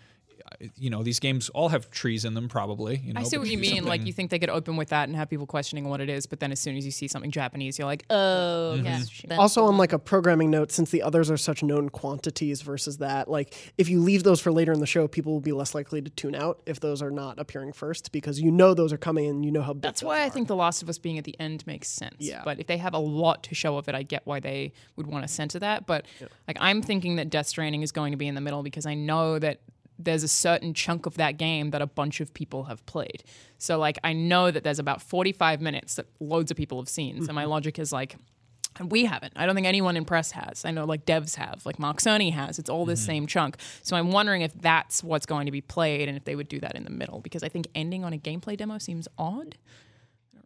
Speaker 4: uh, you know, these games all have trees in them, probably. You know,
Speaker 7: I see
Speaker 4: but
Speaker 7: what you
Speaker 4: do
Speaker 7: mean.
Speaker 4: something-
Speaker 7: Like
Speaker 6: Mm-hmm.
Speaker 7: you think they could open with that and have people questioning what it is, but then as soon as you see something Japanese, you're like, oh,
Speaker 5: Yeah.
Speaker 7: this is shit.
Speaker 5: Then-
Speaker 6: Also, on like a programming note, since the others are such known quantities versus that, like if you leave those for later in the show, people will be less likely to tune out if those are not appearing first because you know those are coming and you know how big
Speaker 7: That's
Speaker 6: those
Speaker 7: why I
Speaker 6: are.
Speaker 7: think The Last of Us being at the end makes sense.
Speaker 6: Yeah.
Speaker 7: But if they have a lot to show of it, I get why they would want to center that. But like I'm thinking that Death Stranding is going to be in the middle because I know that there's a certain chunk of that game that a bunch of people have played. So like I know that there's about 45 minutes that loads of people have seen. So my logic is like and we haven't. I don't think anyone in press has. I know like devs have, like Mark Sony has. It's all
Speaker 4: Mm-hmm.
Speaker 7: this same chunk. So I'm wondering if that's what's going to be played and if they would do that in the middle because I think ending on a gameplay demo seems odd.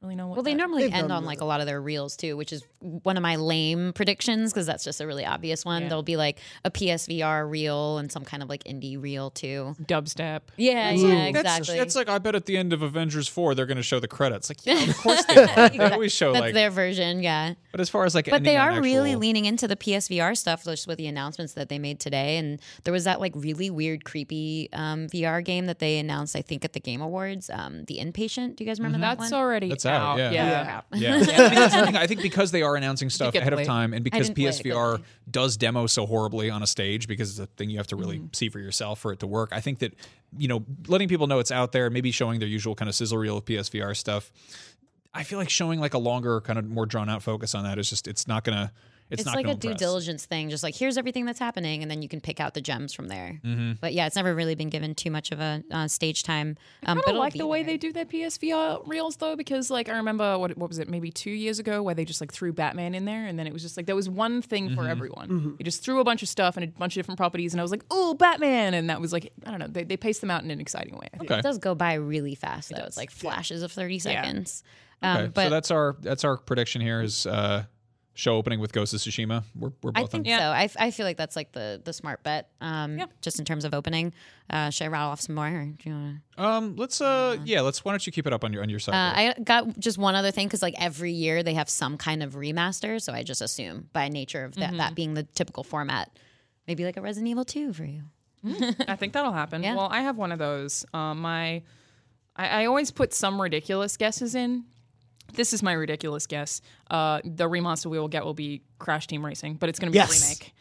Speaker 7: really know what.
Speaker 5: Well, they
Speaker 7: that-
Speaker 5: normally end on like a lot of their reels too, which is one of my lame predictions because that's just a really obvious one. There'll be like a PSVR reel and some kind of like indie reel too.
Speaker 7: dubstep.
Speaker 5: Yeah, yeah,
Speaker 4: That's-
Speaker 5: exactly.
Speaker 4: That's, like I bet at the end of Avengers four they're going to show the credits. Like yeah, of course they are. They always show
Speaker 5: that's
Speaker 4: like.
Speaker 5: their version, yeah.
Speaker 4: but as far as like,
Speaker 5: But they
Speaker 4: ending on
Speaker 5: are really
Speaker 4: actual-
Speaker 5: leaning into the PSVR stuff just with the announcements that they made today. And there was that like really weird, creepy um, VR game that they announced, I think, at the Game Awards. Um, the Inpatient. Do you guys remember that
Speaker 7: That's
Speaker 5: one?
Speaker 7: already
Speaker 4: Mm-hmm. That's out, yeah.
Speaker 7: yeah.
Speaker 4: Yeah, Because I think- I think because they are announcing stuff
Speaker 7: get
Speaker 4: ahead of
Speaker 7: played.
Speaker 4: time, and because
Speaker 5: didn't play it,
Speaker 4: PSVR does demo so horribly on a stage, because it's a thing you have to really
Speaker 5: Mm-hmm.
Speaker 4: see for yourself for it to work. I think that you know, letting people know it's out there, maybe showing their usual kind of sizzle reel of PSVR stuff. I feel like showing like a longer, kind of more drawn out focus on that is just it's not gonna. It's,
Speaker 5: it's
Speaker 4: not
Speaker 5: like a
Speaker 4: gonna
Speaker 5: due
Speaker 4: impress.
Speaker 5: diligence thing just like here's everything that's happening and then you can pick out the gems from there
Speaker 4: Mm-hmm.
Speaker 5: but yeah it's never really been given too much of a uh, stage time um,
Speaker 7: I
Speaker 5: but
Speaker 7: don't
Speaker 5: it'll
Speaker 7: like
Speaker 5: be
Speaker 7: the way
Speaker 5: there.
Speaker 7: they do their PSVR reels though, because like I remember what what was it, maybe two years ago, where they just like threw Batman in there, and then it was just like there was one thing for
Speaker 4: Mm-hmm.
Speaker 7: everyone. They just threw a bunch of stuff and a bunch of different properties, and I was like, oh, Batman, and that was like I don't know, they, they paced them out in an exciting way. I think.
Speaker 5: it does go by really fast though it's like flashes of 30 seconds um,
Speaker 4: Okay,
Speaker 5: but
Speaker 4: so that's our that's our prediction here is uh, show opening with Ghost of Tsushima. We're we're
Speaker 5: I
Speaker 4: both on
Speaker 5: think so. I, f- I feel like that's like the, the smart bet, um, just in terms of opening. Uh, should I rattle off some more? Or do you wanna?
Speaker 4: Um, let's uh, yeah, let's. Why don't you keep it up on your on your side?
Speaker 5: Uh, I got just one other thing because like every year they have some kind of remaster, so I just assume by nature of that,
Speaker 7: Mm-hmm.
Speaker 5: that being the typical format, maybe like a Resident Evil 2 for you.
Speaker 7: I think that'll happen.
Speaker 5: Yeah.
Speaker 7: Well, I have one of those. Um, my, I, I always put some ridiculous guesses in. This is my ridiculous guess. Uh, the remaster we will get will be Crash Team Racing, but it's going to be
Speaker 6: Yes.
Speaker 7: a remake.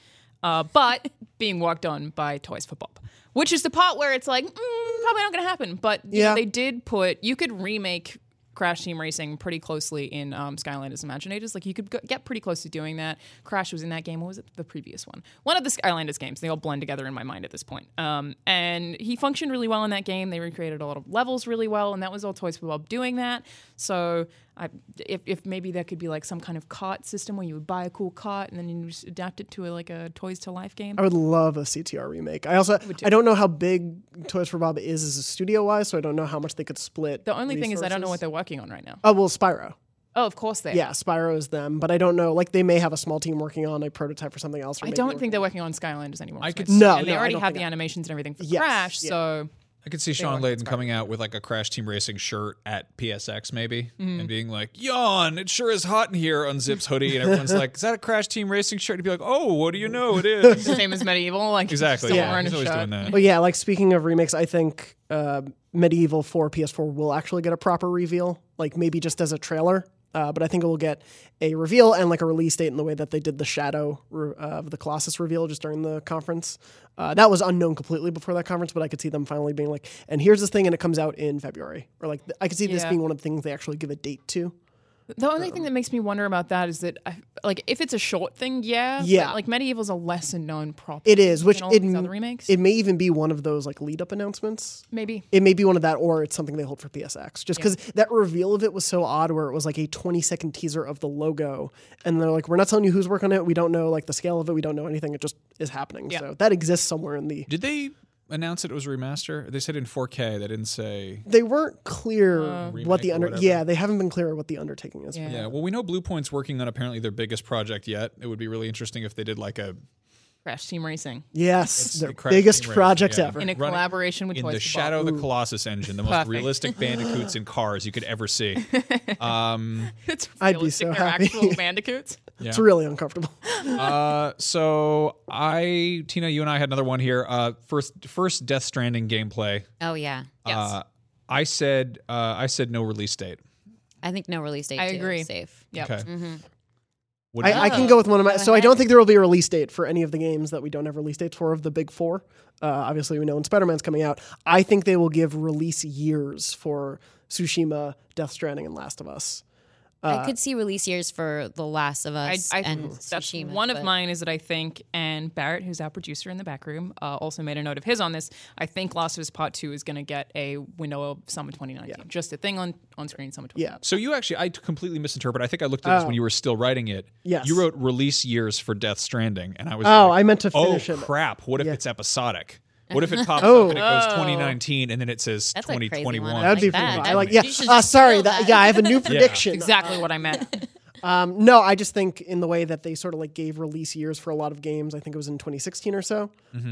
Speaker 7: Uh, but being worked on by Toys for Bob, which is the part where it's like mm, probably not going to happen. But you know,
Speaker 6: Yeah.
Speaker 7: they did put you could remake Crash Team Racing pretty closely in um, Skylanders Imaginators. Like you could go- get pretty close to doing that. Crash was in that game. What was it? The previous one, one of the Skylanders games. They all blend together in my mind at this point. Um, and he functioned really well in that game. They recreated a lot of levels really well, and that was all Toys for Bob doing that. So I, if, if maybe there could be like some kind of cart system where you would buy a cool cart and then you just adapt it to a, like a Toys to Life game.
Speaker 6: I would love a CTR remake. I also I don't know how big Toys for Bob is as a studio wise, so I don't know how much they could split.
Speaker 7: The only thing is I don't know what
Speaker 6: resources.
Speaker 7: they're working on right now.
Speaker 6: Oh well, Spyro.
Speaker 7: Oh, of course they. are.
Speaker 6: Yeah, Spyro is them, but I don't know. Like they may have a small team working on a prototype for something else. or
Speaker 7: I
Speaker 6: maybe
Speaker 7: don't
Speaker 6: working-
Speaker 7: think they're working on Skylanders anymore.
Speaker 4: I
Speaker 7: so
Speaker 4: could
Speaker 7: it's-
Speaker 6: No,
Speaker 7: and
Speaker 6: no,
Speaker 7: they
Speaker 6: I
Speaker 7: already
Speaker 6: don't
Speaker 7: have
Speaker 6: think
Speaker 7: the
Speaker 6: I-
Speaker 7: animations and everything for
Speaker 6: Yes,
Speaker 7: Crash.
Speaker 6: yeah.
Speaker 7: So
Speaker 4: I could see Sean Layden coming out with like a Crash Team Racing shirt at PSX maybe,
Speaker 7: Mm-hmm.
Speaker 4: and being like, "Yawn, it sure is hot in here." Unzips hoodie, and everyone's like, "Is that a Crash Team Racing shirt?" And he'd be like, "Oh, what do you know? It is."
Speaker 7: same as medieval, like
Speaker 4: exactly.
Speaker 7: someone
Speaker 4: Yeah,
Speaker 7: wearing
Speaker 4: he's
Speaker 7: a
Speaker 4: always
Speaker 7: shirt.
Speaker 4: doing that.
Speaker 6: But Oh, yeah, like speaking of remakes, I think uh, Medieval 4 PS4 will actually get a proper reveal, like maybe just as a trailer. Uh, but I think it will get a reveal and like a release date in the way that they did the Shadow re- uh, of the Colossus reveal just during the conference. Uh, that was unknown completely before that conference, but I could see them finally being like, "And here's this thing, and it comes out in February." Or like, th- I could see this
Speaker 7: Yeah.
Speaker 6: being one of the things they actually give a date to.
Speaker 7: The only thing that makes me wonder about that is that, I, like, if it's a short thing, yeah,
Speaker 6: Yeah.
Speaker 7: but, like medieval's a lesser known property.
Speaker 6: It is, which
Speaker 7: than all
Speaker 6: it,
Speaker 7: these other remakes,
Speaker 6: it may even be one of those like lead up announcements
Speaker 7: maybe.
Speaker 6: it may be one of that or it's something they hold for PSX. Just because that reveal of it was so odd, where it was like a 20 second teaser of the logo, and they're like, "We're not telling you who's working on it. We don't know like the scale of it. We don't know anything. It just is happening." So that exists somewhere in the.
Speaker 4: Did they announce that it was a remaster? They said in 4K. They didn't say.
Speaker 6: They weren't clear what
Speaker 4: Remake
Speaker 6: the
Speaker 4: or
Speaker 6: under.
Speaker 4: whatever.
Speaker 6: Yeah, they haven't been clear what the undertaking is.
Speaker 7: Uh, Yeah.
Speaker 4: Yeah. Well, we know Blue Point's working on apparently their biggest project yet. It would be really interesting if they did like a
Speaker 7: Crash Team Racing
Speaker 6: Yes, their
Speaker 4: the Crash
Speaker 6: biggest
Speaker 4: Team Racing,
Speaker 6: project
Speaker 4: yeah.
Speaker 6: ever.
Speaker 7: in a
Speaker 4: Running-
Speaker 7: collaboration with
Speaker 4: in
Speaker 7: Toys
Speaker 4: the
Speaker 7: for
Speaker 4: Shadow of the Colossus engine, the most
Speaker 7: Perfect.
Speaker 4: realistic bandicoots in cars you could ever see. Um,
Speaker 7: Bob. It's
Speaker 6: I'd be
Speaker 7: realistic,
Speaker 6: so
Speaker 7: they're
Speaker 6: happy.
Speaker 7: Actual bandicoots.
Speaker 4: yeah.
Speaker 6: It's really uncomfortable.
Speaker 4: Uh, so I, Tina, you and I had another one here. Uh, first, first Death Stranding gameplay.
Speaker 5: Oh yeah,
Speaker 7: Yes.
Speaker 4: Uh, I said, uh, I said no release date.
Speaker 5: I think no release date.
Speaker 7: I
Speaker 5: too is
Speaker 7: agree.
Speaker 5: Safe.
Speaker 7: Yep.
Speaker 4: Okay.
Speaker 5: Mm-hmm.
Speaker 4: What do
Speaker 6: I,
Speaker 4: you-
Speaker 6: I can go with one of my. So I don't think there will be a release date for any of the games that we don't have release dates for of the big four. Uh, obviously, we know when Spider Man's coming out. I think they will give release years for Tsushima, Death Stranding, and Last of Us.
Speaker 4: Uh,
Speaker 5: I could see release years for The Last of
Speaker 7: I,
Speaker 5: Us
Speaker 7: I
Speaker 5: and
Speaker 7: that's
Speaker 5: Tsushima,
Speaker 7: one of
Speaker 5: but-
Speaker 7: mine is that I think, and Barrett, who's our producer in the back room, uh, also made a note of his on this. I think Last of Us Part Two is going to get a window of summer 2019, just a thing on on screen summer 2019.
Speaker 6: Yeah.
Speaker 4: so you actually, I completely misinterpreted. I think I looked at this when you were still writing it.
Speaker 6: Oh. Yes.
Speaker 4: You wrote release years for Death Stranding, and I was.
Speaker 6: Oh,
Speaker 4: like,
Speaker 6: I meant to
Speaker 4: Oh
Speaker 6: finish it.
Speaker 4: crap! What if it's episodic? What if it pops
Speaker 6: Oh.
Speaker 4: up and it goes 2019 and then it says
Speaker 5: That's a crazy one.
Speaker 4: 2021?
Speaker 5: I
Speaker 6: That'd be
Speaker 5: like
Speaker 6: pretty
Speaker 5: that.
Speaker 6: fun. I like, yeah.
Speaker 5: That- you should
Speaker 6: Uh,
Speaker 5: just
Speaker 6: sorry.
Speaker 5: steal
Speaker 6: That,
Speaker 5: that.
Speaker 6: yeah, I have a new prediction.
Speaker 7: Exactly what I meant.
Speaker 6: Um, no, I just think in the way that they sort of like gave release years for a lot of games, I think it was in 2016 or so,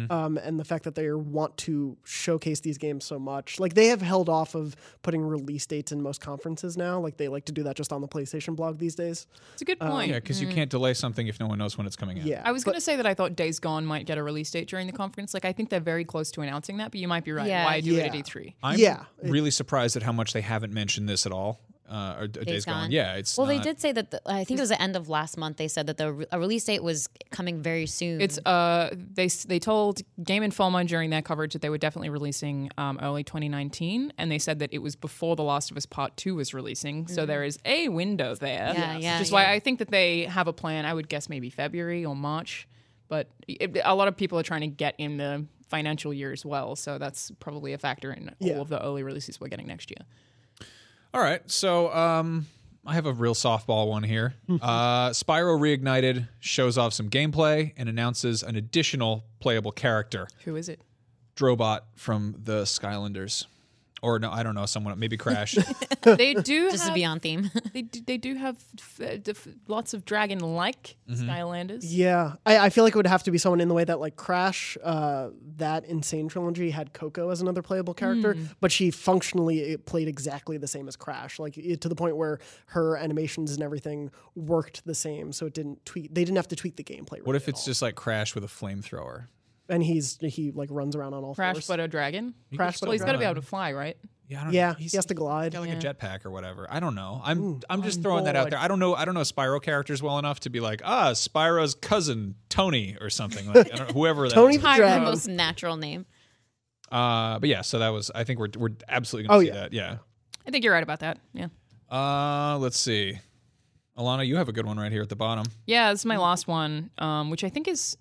Speaker 6: um, and the fact that they want to showcase these games so much, like they have held off of putting release dates in most conferences now. Like they like to do that just on the PlayStation blog these days.
Speaker 7: It's a good
Speaker 6: Um,
Speaker 7: point.
Speaker 4: Yeah, because you
Speaker 5: Mm.
Speaker 4: can't delay something if no one knows when it's coming out.
Speaker 6: Yeah,
Speaker 7: I was going to say that I thought Days Gone might get a release date during the conference. Like, I think they're very close to announcing that, but you might be right.
Speaker 5: Yeah.
Speaker 7: Why do it at E
Speaker 6: Yeah.
Speaker 7: E3?
Speaker 4: I'm
Speaker 6: Yeah.
Speaker 4: really surprised at how much they haven't mentioned this at all. Uh, or Days, Gone.
Speaker 5: Gone.
Speaker 4: Yeah, it's
Speaker 5: well, they
Speaker 4: not-
Speaker 5: did say that. The, I think it was the end of last month. They said that the re- a release date was coming very soon.
Speaker 7: It's uh, they s- they told Game Informer during their coverage that they were definitely releasing um, early 2019, and they said that it was before The Last of Us Part Two was releasing. So there is a window there,
Speaker 5: Yeah,
Speaker 7: which
Speaker 5: yeah,
Speaker 7: is why
Speaker 5: yeah.
Speaker 7: I think that they have a plan. I would guess maybe February or March, but it, a lot of people are trying to get in the financial year as well. So that's probably a factor in all of the early releases we're getting next year.
Speaker 4: All right, so um, I have a real softball one here. uh, Spyro Reignited shows off some gameplay and announces an additional playable character,
Speaker 7: Who is it?
Speaker 4: Drobot from the Skylanders. Or no, I don't know, someone maybe Crash.
Speaker 7: they do
Speaker 5: this is
Speaker 7: have
Speaker 5: beyond theme.
Speaker 7: they do, they do have f- uh, def- lots of dragon like Skylanders.
Speaker 6: Yeah, I, I feel like it would have to be someone in the way that like Crash, uh, that Insane trilogy had Coco as another playable character,
Speaker 7: Hmm.
Speaker 6: but she functionally uh, played exactly the same as Crash, like it, to the point where her animations and everything worked the same, so it didn't tweak. They didn't have to tweak the gameplay.
Speaker 4: what
Speaker 6: really
Speaker 4: if
Speaker 6: at
Speaker 4: it's just like Crash with a flamethrower?
Speaker 6: all. and he's he like runs around on all
Speaker 7: Crash,
Speaker 6: fours.
Speaker 7: but a dragon.
Speaker 6: Crash,
Speaker 7: Well, he's got to be
Speaker 4: Dragon.
Speaker 7: able to fly, right?
Speaker 4: Yeah, I don't
Speaker 6: yeah,
Speaker 4: he's-
Speaker 6: he has to glide.
Speaker 4: got like a jetpack or whatever. I don't know. I'm I'm just throwing that out there. I don't know. I don't know Spyro characters well enough to be like ah Spyro's cousin Tony or something like I don't, whoever that
Speaker 6: Tony
Speaker 4: is.
Speaker 6: the
Speaker 5: Probably the
Speaker 6: Dragon.
Speaker 5: most natural name.
Speaker 4: Uh, but yeah, so that was. I think we're we're absolutely gonna
Speaker 6: Oh,
Speaker 4: see
Speaker 6: yeah.
Speaker 4: that. Yeah.
Speaker 7: I think you're right about that. Yeah.
Speaker 4: Uh, let's see. Alana, you have a good one right here at the bottom.
Speaker 7: Yeah, this is my last one, um, which I think is,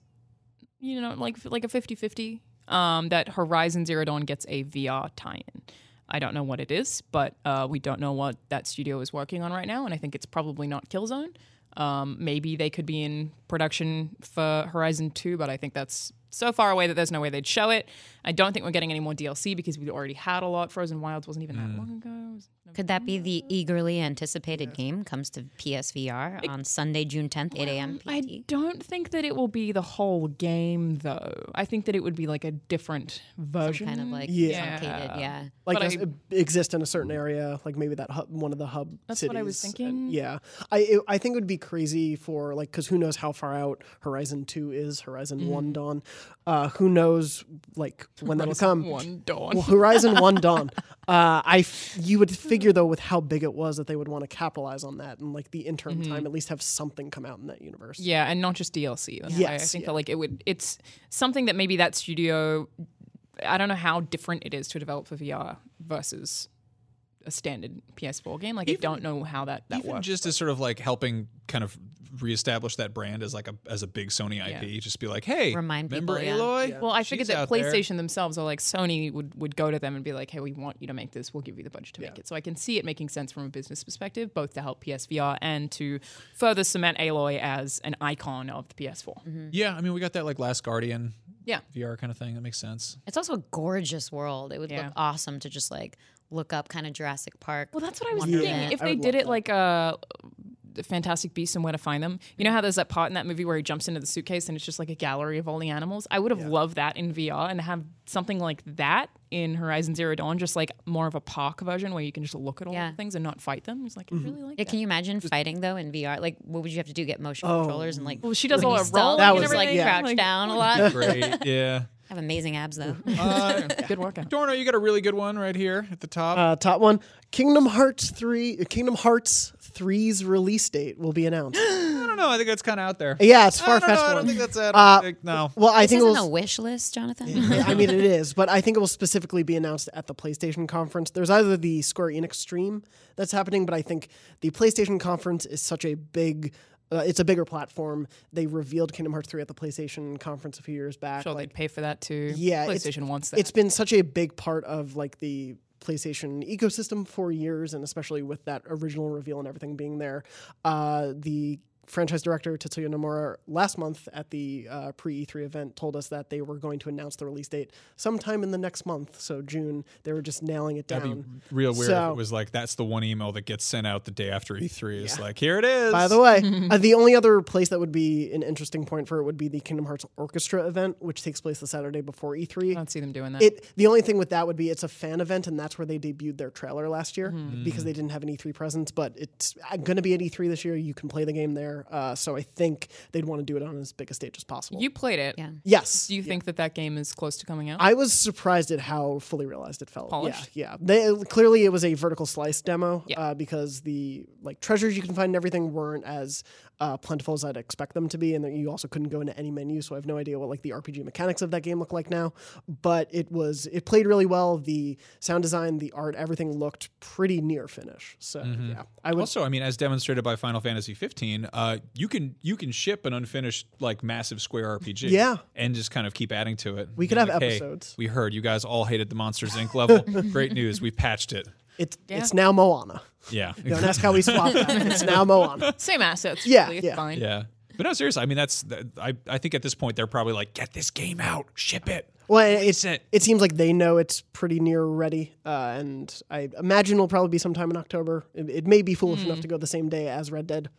Speaker 7: you know, like like a 50 50 um, that Horizon Zero Dawn gets a VR tie in. I don't know what it is, but uh, we don't know what that studio is working on right now, and I think it's probably not Killzone. Um, maybe they could be in production for Horizon 2, but I think that's so far away that there's no way they'd show it. I don't think we're getting any more DLC because we already had a lot. Frozen Wilds wasn't even that long ago. It was
Speaker 5: Could that be the eagerly anticipated game comes to PSVR on Sunday, June 10th, 8 a.m. PT?
Speaker 7: I don't think that it will be the whole game, though. I think that it would be like a different version,
Speaker 5: kind of like
Speaker 6: Yeah.
Speaker 5: truncated, yeah.
Speaker 6: like
Speaker 7: But
Speaker 6: does
Speaker 7: I-
Speaker 6: it exist in a certain area, like maybe that hub, one of the hub.
Speaker 7: That's what I was
Speaker 6: cities.
Speaker 7: thinking.
Speaker 6: And yeah, I it, I think it would be crazy for like because who knows how far out Horizon Two is, Horizon
Speaker 7: Mm-hmm.
Speaker 6: One Dawn, uh, who knows like when that'll come.
Speaker 7: one dawn.
Speaker 6: Well, Horizon One Dawn. Uh, I f- you would figure though with how big it was that they would want to capitalize on that and like the interim time at least have something come out in that universe.
Speaker 7: Mm-hmm. Yeah, and not just DLC. That's why I
Speaker 6: Yes,
Speaker 7: think
Speaker 6: yeah.
Speaker 7: that like it would. It's something that maybe that studio. I don't know how different it is to develop for VR versus a standard PS4 game. Like I don't know how that that
Speaker 4: Even
Speaker 7: works.
Speaker 4: just as sort of like helping kind of reestablish that brand as like a as a big Sony IP. Just be like, hey,
Speaker 5: Remind
Speaker 4: remember
Speaker 5: people, yeah.
Speaker 4: Aloy?
Speaker 7: well, I figured
Speaker 4: She's
Speaker 7: that
Speaker 4: out there.
Speaker 7: PlayStation themselves are like Sony would, would go to them and be like, "Hey, we want you to make this. We'll give you the budget to make it." So I can see it making sense from a business perspective, both to help PSVR and to further cement Aloy as an icon of the PS4.
Speaker 4: Yeah, I mean, we got that like Last Guardian
Speaker 7: Yeah,
Speaker 4: VR kind of thing. That makes sense.
Speaker 5: It's also a gorgeous world. It would
Speaker 7: Yeah.
Speaker 5: look awesome to just like look up kind of Jurassic Park.
Speaker 7: Well, that's what I was
Speaker 5: Wonderland.
Speaker 7: thinking. If
Speaker 6: I
Speaker 7: they
Speaker 6: would
Speaker 7: did
Speaker 6: love
Speaker 7: it like a Fantastic Beasts and Where to Find Them, you know how there's that part in that movie where he jumps into the suitcase and it's just like a gallery of all the animals. I would have loved that in VR and have something like that in Horizon Zero Dawn, just like more of a park version where you can just look at all
Speaker 5: Yeah.
Speaker 7: the things and not fight them. It's
Speaker 6: Mm-hmm.
Speaker 7: like I really like
Speaker 5: yeah,
Speaker 7: that.
Speaker 5: can you imagine fighting though in VR? Like, what would you have to do? Get motion controllers and like,
Speaker 7: Well, she does all her
Speaker 5: stealth
Speaker 7: rolling
Speaker 6: That
Speaker 5: and
Speaker 6: was
Speaker 5: just like
Speaker 6: like, yeah.
Speaker 5: crouch down a lot.
Speaker 4: Great. yeah.
Speaker 5: have amazing abs though.
Speaker 4: Uh,
Speaker 7: Good workout.
Speaker 4: Dorno, you got a really good one right here at the top.
Speaker 6: Uh, top one, Kingdom Hearts three. Kingdom Hearts 3's release date will be announced.
Speaker 4: I don't know. I think that's kind of out there.
Speaker 6: yeah, it's
Speaker 4: I don't
Speaker 6: far
Speaker 4: know.
Speaker 6: fetched.
Speaker 4: I don't think that's that.
Speaker 6: Uh,
Speaker 4: like, no.
Speaker 6: Well, I
Speaker 5: This
Speaker 6: think it
Speaker 5: isn't
Speaker 6: was
Speaker 5: a wish list, Jonathan.
Speaker 6: I mean, it is, but I think it will specifically be announced at the PlayStation conference. There's either the Square Enix stream that's happening, but I think the PlayStation conference is such a big. Uh, it's a bigger platform. They revealed Kingdom Hearts 3 at the PlayStation conference a few years back.
Speaker 7: Sure,
Speaker 6: like,
Speaker 7: they'd pay for that too.
Speaker 6: yeah, it's-
Speaker 7: PlayStation wants that.
Speaker 6: It's been such a big part of like the PlayStation ecosystem for years, and especially with that original reveal and everything being there, uh, the franchise director Tetsuya Nomura last month at the uh, pre E3 event told us that they were going to announce the release date sometime in the next month, so June. They were just nailing it
Speaker 4: That'd
Speaker 6: down.
Speaker 4: be real weird if
Speaker 6: So-
Speaker 4: it was like that's the one email that gets sent out the day after E3 is like here it is.
Speaker 6: By the way, uh, the only other place that would be an interesting point for it would be the Kingdom Hearts Orchestra event, which takes place the Saturday before E E3.
Speaker 7: I don't see them doing that.
Speaker 6: It the only thing with that would be it's a fan event, and that's where they debuted their trailer last
Speaker 7: Mm-hmm.
Speaker 6: year because they didn't have an E3 presence. But it's going to be at E3 this year. You can play the game there, uh, so I think they'd want to do it on as big a stage as possible.
Speaker 7: you played it.
Speaker 5: Yeah.
Speaker 6: yes,
Speaker 7: Do you think that that game is close to coming out?
Speaker 6: I was surprised at how fully realized it felt.
Speaker 7: Polished?
Speaker 6: Yeah, yeah. They, uh, clearly, it was a vertical slice demo
Speaker 7: Yeah.
Speaker 6: uh, because the like treasures you can find and everything weren't as uh, plentiful as I'd expect them to be, and then you also couldn't go into any menu, so I have no idea what like the RPG mechanics of that game look like now. But it was it played really well. The sound design, the art, everything looked pretty near finish. So
Speaker 7: Mm-hmm.
Speaker 6: yeah, I would.
Speaker 4: also, I mean, as demonstrated by Final Fantasy 15, uh, you can you can ship an unfinished like massive square RPG,
Speaker 6: Yeah.
Speaker 4: and just kind of keep adding to it.
Speaker 6: We could
Speaker 4: Be
Speaker 6: have
Speaker 4: like, "Hey,
Speaker 6: episodes."
Speaker 4: we heard you guys all hated the Monsters Inc. level. Great news, we patched it.
Speaker 6: it's it's now Moana.
Speaker 4: Yeah,
Speaker 6: Don't ask how we swapped. that. It's now Moana.
Speaker 7: Same assets.
Speaker 6: Yeah,
Speaker 7: really, it's
Speaker 6: yeah.
Speaker 7: fine.
Speaker 4: yeah. But no, seriously. I mean, that's that- I. I think at this point they're probably like, get this game out, ship it.
Speaker 6: Well, it, it's
Speaker 4: it.
Speaker 6: it. seems like they know it's pretty near ready, uh, and I imagine it'll probably be sometime in October. It, it may be foolish
Speaker 7: Hmm.
Speaker 6: enough to go the same day as Red Dead,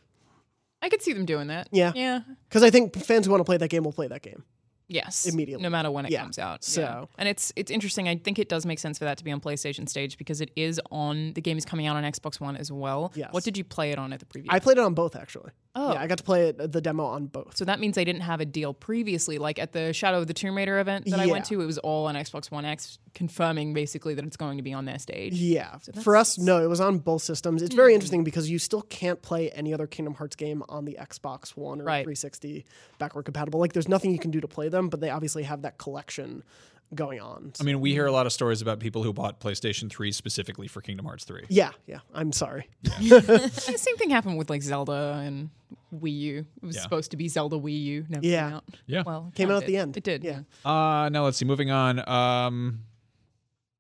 Speaker 7: I could see them doing that.
Speaker 6: Yeah.
Speaker 7: Yeah.
Speaker 6: because I think fans who want to play that game will play that game.
Speaker 7: Yes.
Speaker 6: Immediately.
Speaker 7: No matter when it
Speaker 6: Yeah.
Speaker 7: comes out.
Speaker 6: So-
Speaker 7: Yeah. And it's it's interesting. I think it does make sense for that to be on PlayStation stage because it is on the game is coming out on Xbox One as well.
Speaker 6: Yes.
Speaker 7: What did you play it on at the preview?
Speaker 6: I played it on both actually.
Speaker 7: Oh.
Speaker 6: yeah, I got to play it, the demo on both.
Speaker 7: so that means they didn't have a deal previously. Like at the Shadow of the Tomb Raider event that I went
Speaker 6: Yeah.
Speaker 7: to, it was all on Xbox One X, confirming basically that it's going to be on their stage.
Speaker 6: Yeah, for us, no, it was on both systems. It's
Speaker 7: Hmm.
Speaker 6: very interesting because you still can't play any other Kingdom Hearts game on the Xbox One or
Speaker 7: Right.
Speaker 6: 360 backward compatible. Like, there's nothing you can do to play them, but they obviously have that collection going on.
Speaker 4: I mean, we hear a lot of stories about people who bought PlayStation 3 specifically for Kingdom Hearts 3.
Speaker 6: yeah, yeah. I'm sorry.
Speaker 7: The same thing happened with like Zelda and Wii U. It was
Speaker 4: Yeah.
Speaker 7: supposed to be Zelda Wii U. Never
Speaker 6: Yeah.
Speaker 7: came out.
Speaker 4: Yeah.
Speaker 7: Well, it
Speaker 6: Came out at
Speaker 7: counted.
Speaker 6: the end.
Speaker 7: It did.
Speaker 6: Yeah.
Speaker 4: Uh now let's see. Moving on. Um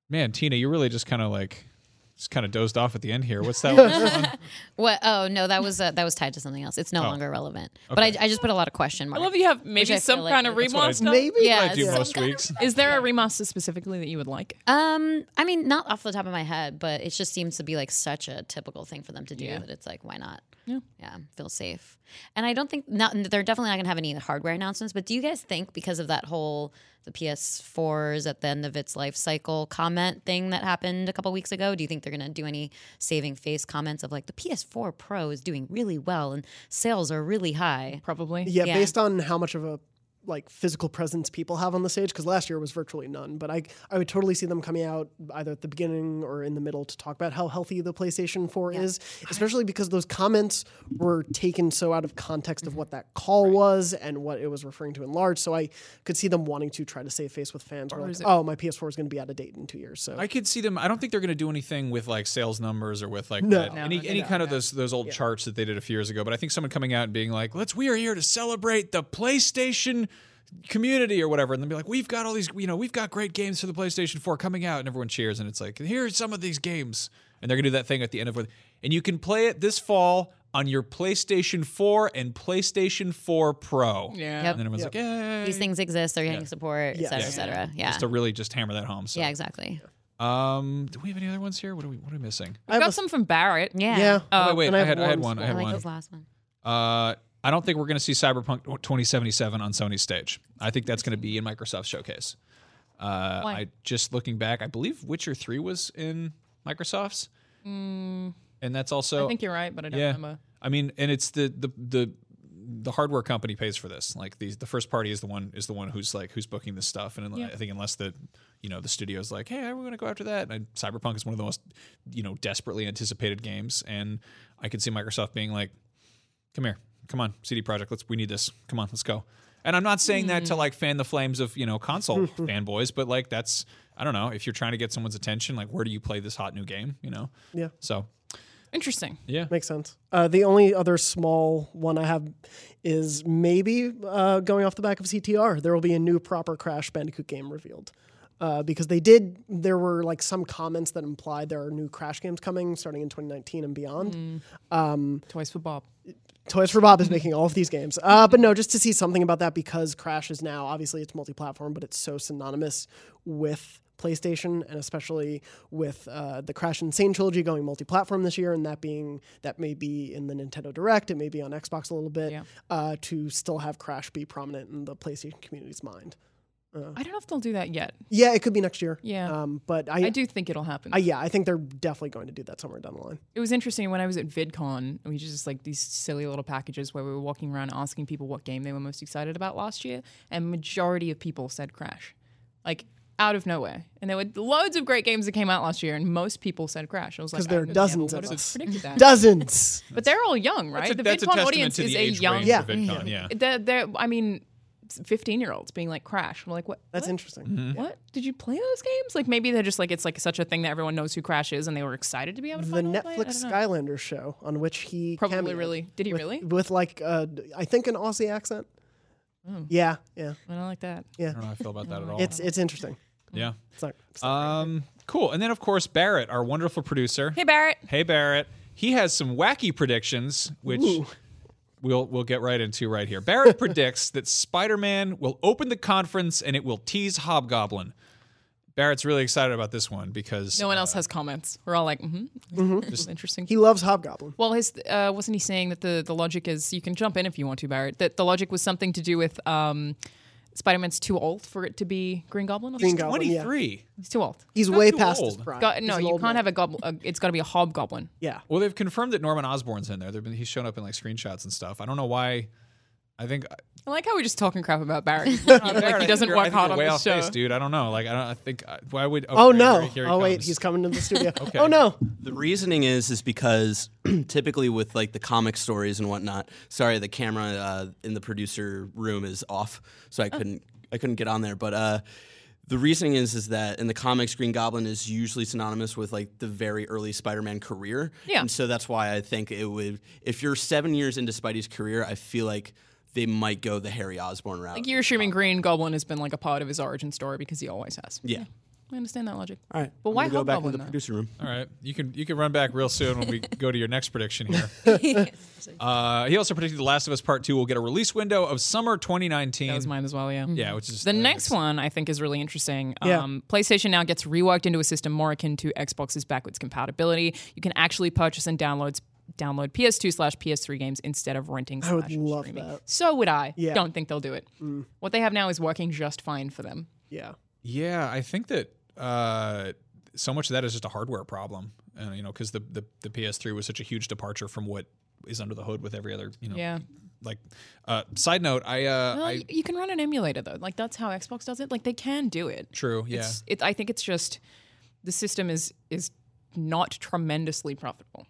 Speaker 4: Man, Tina, you really just kind of like just kind of dozed off at the end here. What's that? one?
Speaker 5: What? Oh no, that was uh, that was tied to something else. It's no longer relevant. But I, I just put a lot of question
Speaker 7: I
Speaker 5: marks.
Speaker 7: love you have maybe
Speaker 5: I feel
Speaker 7: some
Speaker 5: like
Speaker 7: kind of
Speaker 5: that's
Speaker 4: what I-
Speaker 7: remaster.
Speaker 6: Maybe.
Speaker 5: Yeah,
Speaker 4: I do
Speaker 5: some
Speaker 4: most weeks.
Speaker 7: Is there a remaster specifically that you would like?
Speaker 5: Um, I mean, not off the top of my head, but it just seems to be like such a typical thing for them to do that it's like, why not? Yeah, yeah, feel safe. And I don't think not. They're definitely not going to have any hardware announcements. But do you guys think because of that whole the PS4 is at the end of its life cycle comment thing that happened a couple weeks ago? Do you think they're going to do any saving face comments of like the PS4 Pro is doing really well and sales are really high?
Speaker 7: Probably.
Speaker 6: Yeah,
Speaker 5: Yeah.
Speaker 6: based on how much of a like physical presence people have on the stage, because last year was virtually none. But I I would totally see them coming out either at the beginning or in the middle to talk about how healthy the PlayStation 4 is, especially because those comments were taken so out of context of what that call was and what it was referring to in large. So I could see them wanting to try to save face with fans. Where like, oh, my PS4 is going to be out of date in two years. So
Speaker 4: I could see them. I don't think they're going to do anything with like sales numbers or with like that- any any kind of those those old charts that they did a few years ago. But I think someone coming out and being like, "Let's we are here to celebrate the PlayStation community or whatever," and then be like, "We've got all these, you know, we've got great games for the PlayStation 4 coming out," and everyone cheers, and it's like, "Here's some of these games," and they're going to do that thing at the end of it, and you can play it this fall on your PlayStation 4 and PlayStation 4 Pro.
Speaker 7: Yeah.
Speaker 4: And then everyone's like, "Yeah."
Speaker 5: These things exist. They're getting support, et cetera,
Speaker 4: Yeah.
Speaker 5: et cetera. Yeah.
Speaker 4: Just to really just hammer that home. So,
Speaker 5: yeah, exactly.
Speaker 4: um, do we have any other ones here? What are we what are we missing?
Speaker 7: I've got some from Barrett.
Speaker 5: Yeah.
Speaker 6: yeah.
Speaker 4: Oh, wait,
Speaker 6: and
Speaker 4: I,
Speaker 6: I
Speaker 4: had,
Speaker 6: have
Speaker 4: I had one.
Speaker 6: one.
Speaker 4: I had
Speaker 5: I like
Speaker 4: one.
Speaker 5: his last one.
Speaker 4: Uh, I don't think we're going to see Cyberpunk 2077 on Sony's stage. I think that's going to be in Microsoft's showcase. Uh,
Speaker 7: Why?
Speaker 4: I just looking back, I believe Witcher 3 was in Microsoft's, and that's also
Speaker 7: I think you're right, but I don't
Speaker 4: yeah.
Speaker 7: remember.
Speaker 4: I mean, and it's the the the the hardware company pays for this. Like these, the first party is the one is the one who's like who's booking this stuff. And I think unless the you know the studio's like, hey, we're going to go after that. And Cyberpunk is one of the most you know desperately anticipated games. And I can see Microsoft being like, come here, come on, CD Project, let's we need this. Come on, let's go. And I'm not saying that to like fan the flames of you know console fanboys, but like that's I don't know if you're trying to get someone's attention, like where do you play this hot new game? You know.
Speaker 6: Yeah.
Speaker 4: So
Speaker 7: Interesting.
Speaker 4: yeah.
Speaker 6: Makes sense. Uh, the only other small one I have is maybe uh, going off the back of CTR. There will be a new proper Crash Bandicoot game revealed. Uh, because they did, there were like some comments that implied there are new Crash games coming starting in 2019 and beyond.
Speaker 7: Toys for Bob.
Speaker 6: Toys for Bob is making all of these games. Uh, but no, just to see something about that because Crash is now obviously it's multi-platform, but it's so synonymous with PlayStation and especially with uh, the Crash Insane trilogy going multi-platform this year, and that being that may be in the Nintendo Direct, it may be on Xbox a little bit.
Speaker 7: Yeah.
Speaker 6: Uh, to still have Crash be prominent in the PlayStation community's mind.
Speaker 7: I don't know if they'll do that yet.
Speaker 6: Yeah, it could be next year.
Speaker 7: Yeah.
Speaker 6: Um, but I,
Speaker 7: I do think it'll happen.
Speaker 6: I- yeah, I think they're definitely going to do that somewhere down the line.
Speaker 7: it was interesting when I was at VidCon, we just like these silly little packages where we were walking around asking people what game they were most excited about last year, and majority of people said Crash, like out of nowhere. And there were loads of great games that came out last year, and most people said Crash. I was like,
Speaker 6: 'Cause there are
Speaker 7: I never
Speaker 6: dozens
Speaker 7: would
Speaker 6: of
Speaker 7: have
Speaker 6: us.
Speaker 7: predicted that.
Speaker 6: Dozens.
Speaker 7: but they're all young, right?
Speaker 4: That's a,
Speaker 7: the
Speaker 4: that's a
Speaker 7: VidCon
Speaker 4: testament
Speaker 7: audience
Speaker 4: to the
Speaker 7: is a
Speaker 4: age
Speaker 7: young.
Speaker 4: range
Speaker 6: Yeah.
Speaker 4: of VidCon. Yeah.
Speaker 7: They're, they're- I mean, 15 year olds being like Crash. I'm like, what?
Speaker 6: That's
Speaker 7: what?
Speaker 6: interesting.
Speaker 7: What did you play those games? Like maybe they're just like it's like such a thing that everyone knows who Crash is, and they were excited to be able to
Speaker 6: The
Speaker 7: find out about it. I
Speaker 6: Netflix
Speaker 7: don't know.
Speaker 6: Skylander show on which he
Speaker 7: Probably
Speaker 6: cameoed
Speaker 7: really. Did he
Speaker 6: with,
Speaker 7: really?
Speaker 6: with like uh, I think an Aussie accent.
Speaker 7: Mm.
Speaker 6: Yeah, yeah,
Speaker 7: I don't like that.
Speaker 6: yeah.
Speaker 4: I don't know how I feel about that at all.
Speaker 6: It's it's interesting.
Speaker 4: yeah.
Speaker 6: It's like it's like-
Speaker 4: Um, cool. And then, of course, Barrett, our wonderful producer.
Speaker 7: Hey Barrett.
Speaker 4: Hey, Barrett. He has some wacky predictions, which we'll we'll get right into right here. Barrett predicts that Spider-Man will open the conference and it will tease Hobgoblin. Barrett's really excited about this one because
Speaker 7: No one else has comments. We're all like, mm-hmm. Just interesting.
Speaker 6: he loves Hobgoblin.
Speaker 7: well, his uh, wasn't he saying that the the logic is you can jump in if you want to, Barrett. That the logic was something to do with um, Spider Man's too old for it to be Green Goblin. Or
Speaker 6: Green
Speaker 7: something?
Speaker 6: Goblin. Yeah.
Speaker 4: 23.
Speaker 7: He's too old.
Speaker 6: He's
Speaker 4: not
Speaker 6: way
Speaker 4: too
Speaker 6: past
Speaker 4: old.
Speaker 6: his prime.
Speaker 7: Go-
Speaker 6: He's
Speaker 7: no,
Speaker 6: an
Speaker 7: you
Speaker 6: old
Speaker 7: can't
Speaker 6: man.
Speaker 7: have a goblin. Uh, it's got to be a hobgoblin.
Speaker 6: Yeah.
Speaker 4: Well, they've confirmed that Norman Osborn's in there. They've been he's shown up in like screenshots and stuff. I don't know why. I think
Speaker 7: I like how we're just talking crap about Barrett.
Speaker 4: Barrett,
Speaker 7: like
Speaker 4: I
Speaker 7: he
Speaker 4: think
Speaker 7: doesn't
Speaker 4: you're- I
Speaker 7: work
Speaker 4: think
Speaker 7: hard
Speaker 4: you're
Speaker 7: on
Speaker 4: way
Speaker 7: this
Speaker 4: off
Speaker 7: show.
Speaker 4: base, dude. I don't know. Like I don't. I think uh, why would?
Speaker 6: Oh
Speaker 4: there-
Speaker 6: no!
Speaker 4: Here he
Speaker 6: oh wait,
Speaker 4: comes.
Speaker 6: he's coming into the studio. Oh no!
Speaker 8: The reasoning is is because typically with like the comic stories and whatnot. Sorry, the camera uh, in the producer room is off, so
Speaker 7: Oh.
Speaker 8: I couldn't I couldn't get on there. But uh, the reasoning is is that in the comics, Green Goblin is usually synonymous with like the very early Spider-Man career.
Speaker 7: Yeah.
Speaker 8: and so that's why I think it would. If you're seven years into Spidey's career, I feel like they might go the Harry Osborn route.
Speaker 7: Like you're assuming Green Goblin has been like a part of his origin story because he always has.
Speaker 8: Yeah.
Speaker 7: I understand that logic.
Speaker 8: All right,
Speaker 7: But
Speaker 8: I'm
Speaker 7: why
Speaker 8: gonna go back
Speaker 7: Hobgoblin,
Speaker 8: into the
Speaker 7: though?
Speaker 8: producer room?
Speaker 4: All right, you can you can run back real soon when we go to your next prediction here. uh, he also predicted The Last of Us Part Two will get a release window of summer 2019.
Speaker 7: That was mine as well. Yeah.
Speaker 4: Yeah, which is
Speaker 7: The next one I think is really interesting.
Speaker 6: Yeah.
Speaker 7: Um, PlayStation now gets reworked into a system more akin to Xbox's backwards compatibility. You can actually purchase and download download PS2 slash PS3 games instead of renting.
Speaker 6: I would
Speaker 7: slash
Speaker 6: love
Speaker 7: streaming.
Speaker 6: that.
Speaker 7: So would I.
Speaker 6: Yeah.
Speaker 7: Don't think they'll do it.
Speaker 8: Mm.
Speaker 7: What they have now is working just fine for them.
Speaker 6: Yeah.
Speaker 4: Yeah, I think that uh, so much of that is just a hardware problem, and you know, because the, the the PS3 was such a huge departure from what is under the hood with every other you know.
Speaker 7: Yeah.
Speaker 4: Like, uh, side note, I uh,
Speaker 7: Well,
Speaker 4: I
Speaker 7: y- you can run an emulator though. Like that's how Xbox does it. Like they can do it.
Speaker 4: true, yeah.
Speaker 7: It's, it, I think it's just the system is is not tremendously profitable.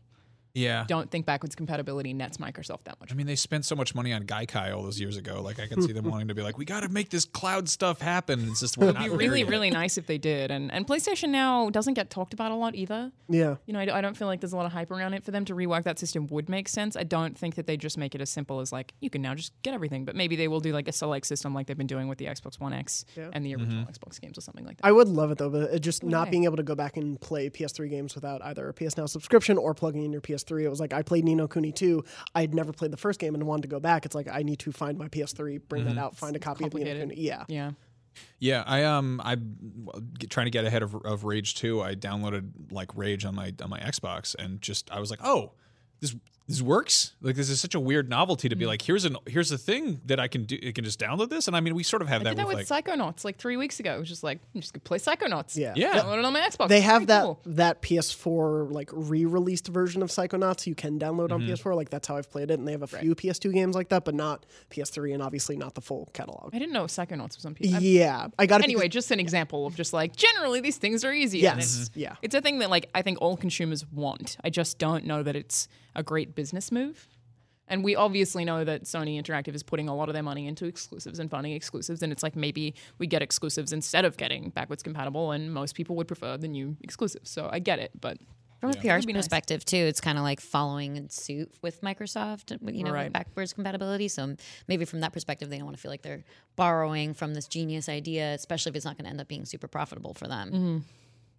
Speaker 4: yeah.
Speaker 7: Don't think backwards compatibility nets Microsoft that much.
Speaker 4: I mean, they spent so much money on Gaikai all those years ago. Like, I can see them wanting to be like, we got to make this cloud stuff happen. It's just we're not
Speaker 7: be
Speaker 4: there
Speaker 7: really,
Speaker 4: yet.
Speaker 7: really nice if they did. And and PlayStation now doesn't get talked about a lot either.
Speaker 6: Yeah.
Speaker 7: You know, I, d- I don't feel like there's a lot of hype around it. For them to rework that system would make sense. I don't think that they just make it as simple as like you can now just get everything. But maybe they will do like a select system like they've been doing with the Xbox One X and the original
Speaker 4: Mm-hmm.
Speaker 7: Xbox games or something like that.
Speaker 6: I would love it though, but it just not
Speaker 7: I?
Speaker 6: being able to go back and play PS3 games without either a PS Now subscription or plugging in your PS3. It was like I played Nino Cooney 2. I'd never played the first game and wanted to go back. It's like I need to find my PS3, bring
Speaker 4: Mm-hmm.
Speaker 6: that out, find a copy of Nino
Speaker 7: complicated.
Speaker 6: Cooney. Yeah.
Speaker 7: yeah.
Speaker 4: Yeah, I um, I'm well, get- trying to get ahead of, of Rage 2. I downloaded like Rage on my on my Xbox, and just I was like, oh, this this works. Like, this is such a weird novelty to
Speaker 7: Mm.
Speaker 4: be like, here's an here's a thing that I can do. I can just download this, and I mean, we sort of have
Speaker 7: I
Speaker 4: that,
Speaker 7: did that
Speaker 4: with
Speaker 7: with
Speaker 4: like,
Speaker 7: Psychonauts like three weeks ago. It was just like I'm just gonna play Psychonauts.
Speaker 6: Yeah.
Speaker 4: Yeah.
Speaker 7: Download it on my Xbox.
Speaker 6: They
Speaker 7: It's
Speaker 6: have
Speaker 7: pretty
Speaker 6: that
Speaker 7: cool.
Speaker 6: that PS4 like re-released version of Psychonauts you can download on
Speaker 7: Mm-hmm.
Speaker 6: PS4. Like that's how I've played it, and they have a few PS2 games like that, but not PS3, and obviously not the full catalog.
Speaker 7: I didn't know Psychonauts was on PS. I-
Speaker 6: Yeah, I got it.
Speaker 7: anyway, just an example of just like generally these things are easy.
Speaker 6: Yes.
Speaker 7: and
Speaker 6: Mhm.
Speaker 7: it's,
Speaker 6: Yeah.
Speaker 7: It's a thing that like I think all consumers want. I just don't know that it's a great business move. And we obviously know that Sony Interactive is putting a lot of their money into exclusives and funding exclusives. And it's like maybe we get exclusives instead of getting backwards compatible. And most people would prefer the new exclusives. So I get it. But
Speaker 5: From a PR
Speaker 7: be nice.
Speaker 5: perspective, too, it's kind of like following in suit with Microsoft, you know,
Speaker 7: Right.
Speaker 5: with backwards compatibility. So maybe from that perspective, they don't want to feel like
Speaker 7: Mm-hmm.
Speaker 5: they're borrowing from this genius idea, especially if it's not going to end up being super profitable for them.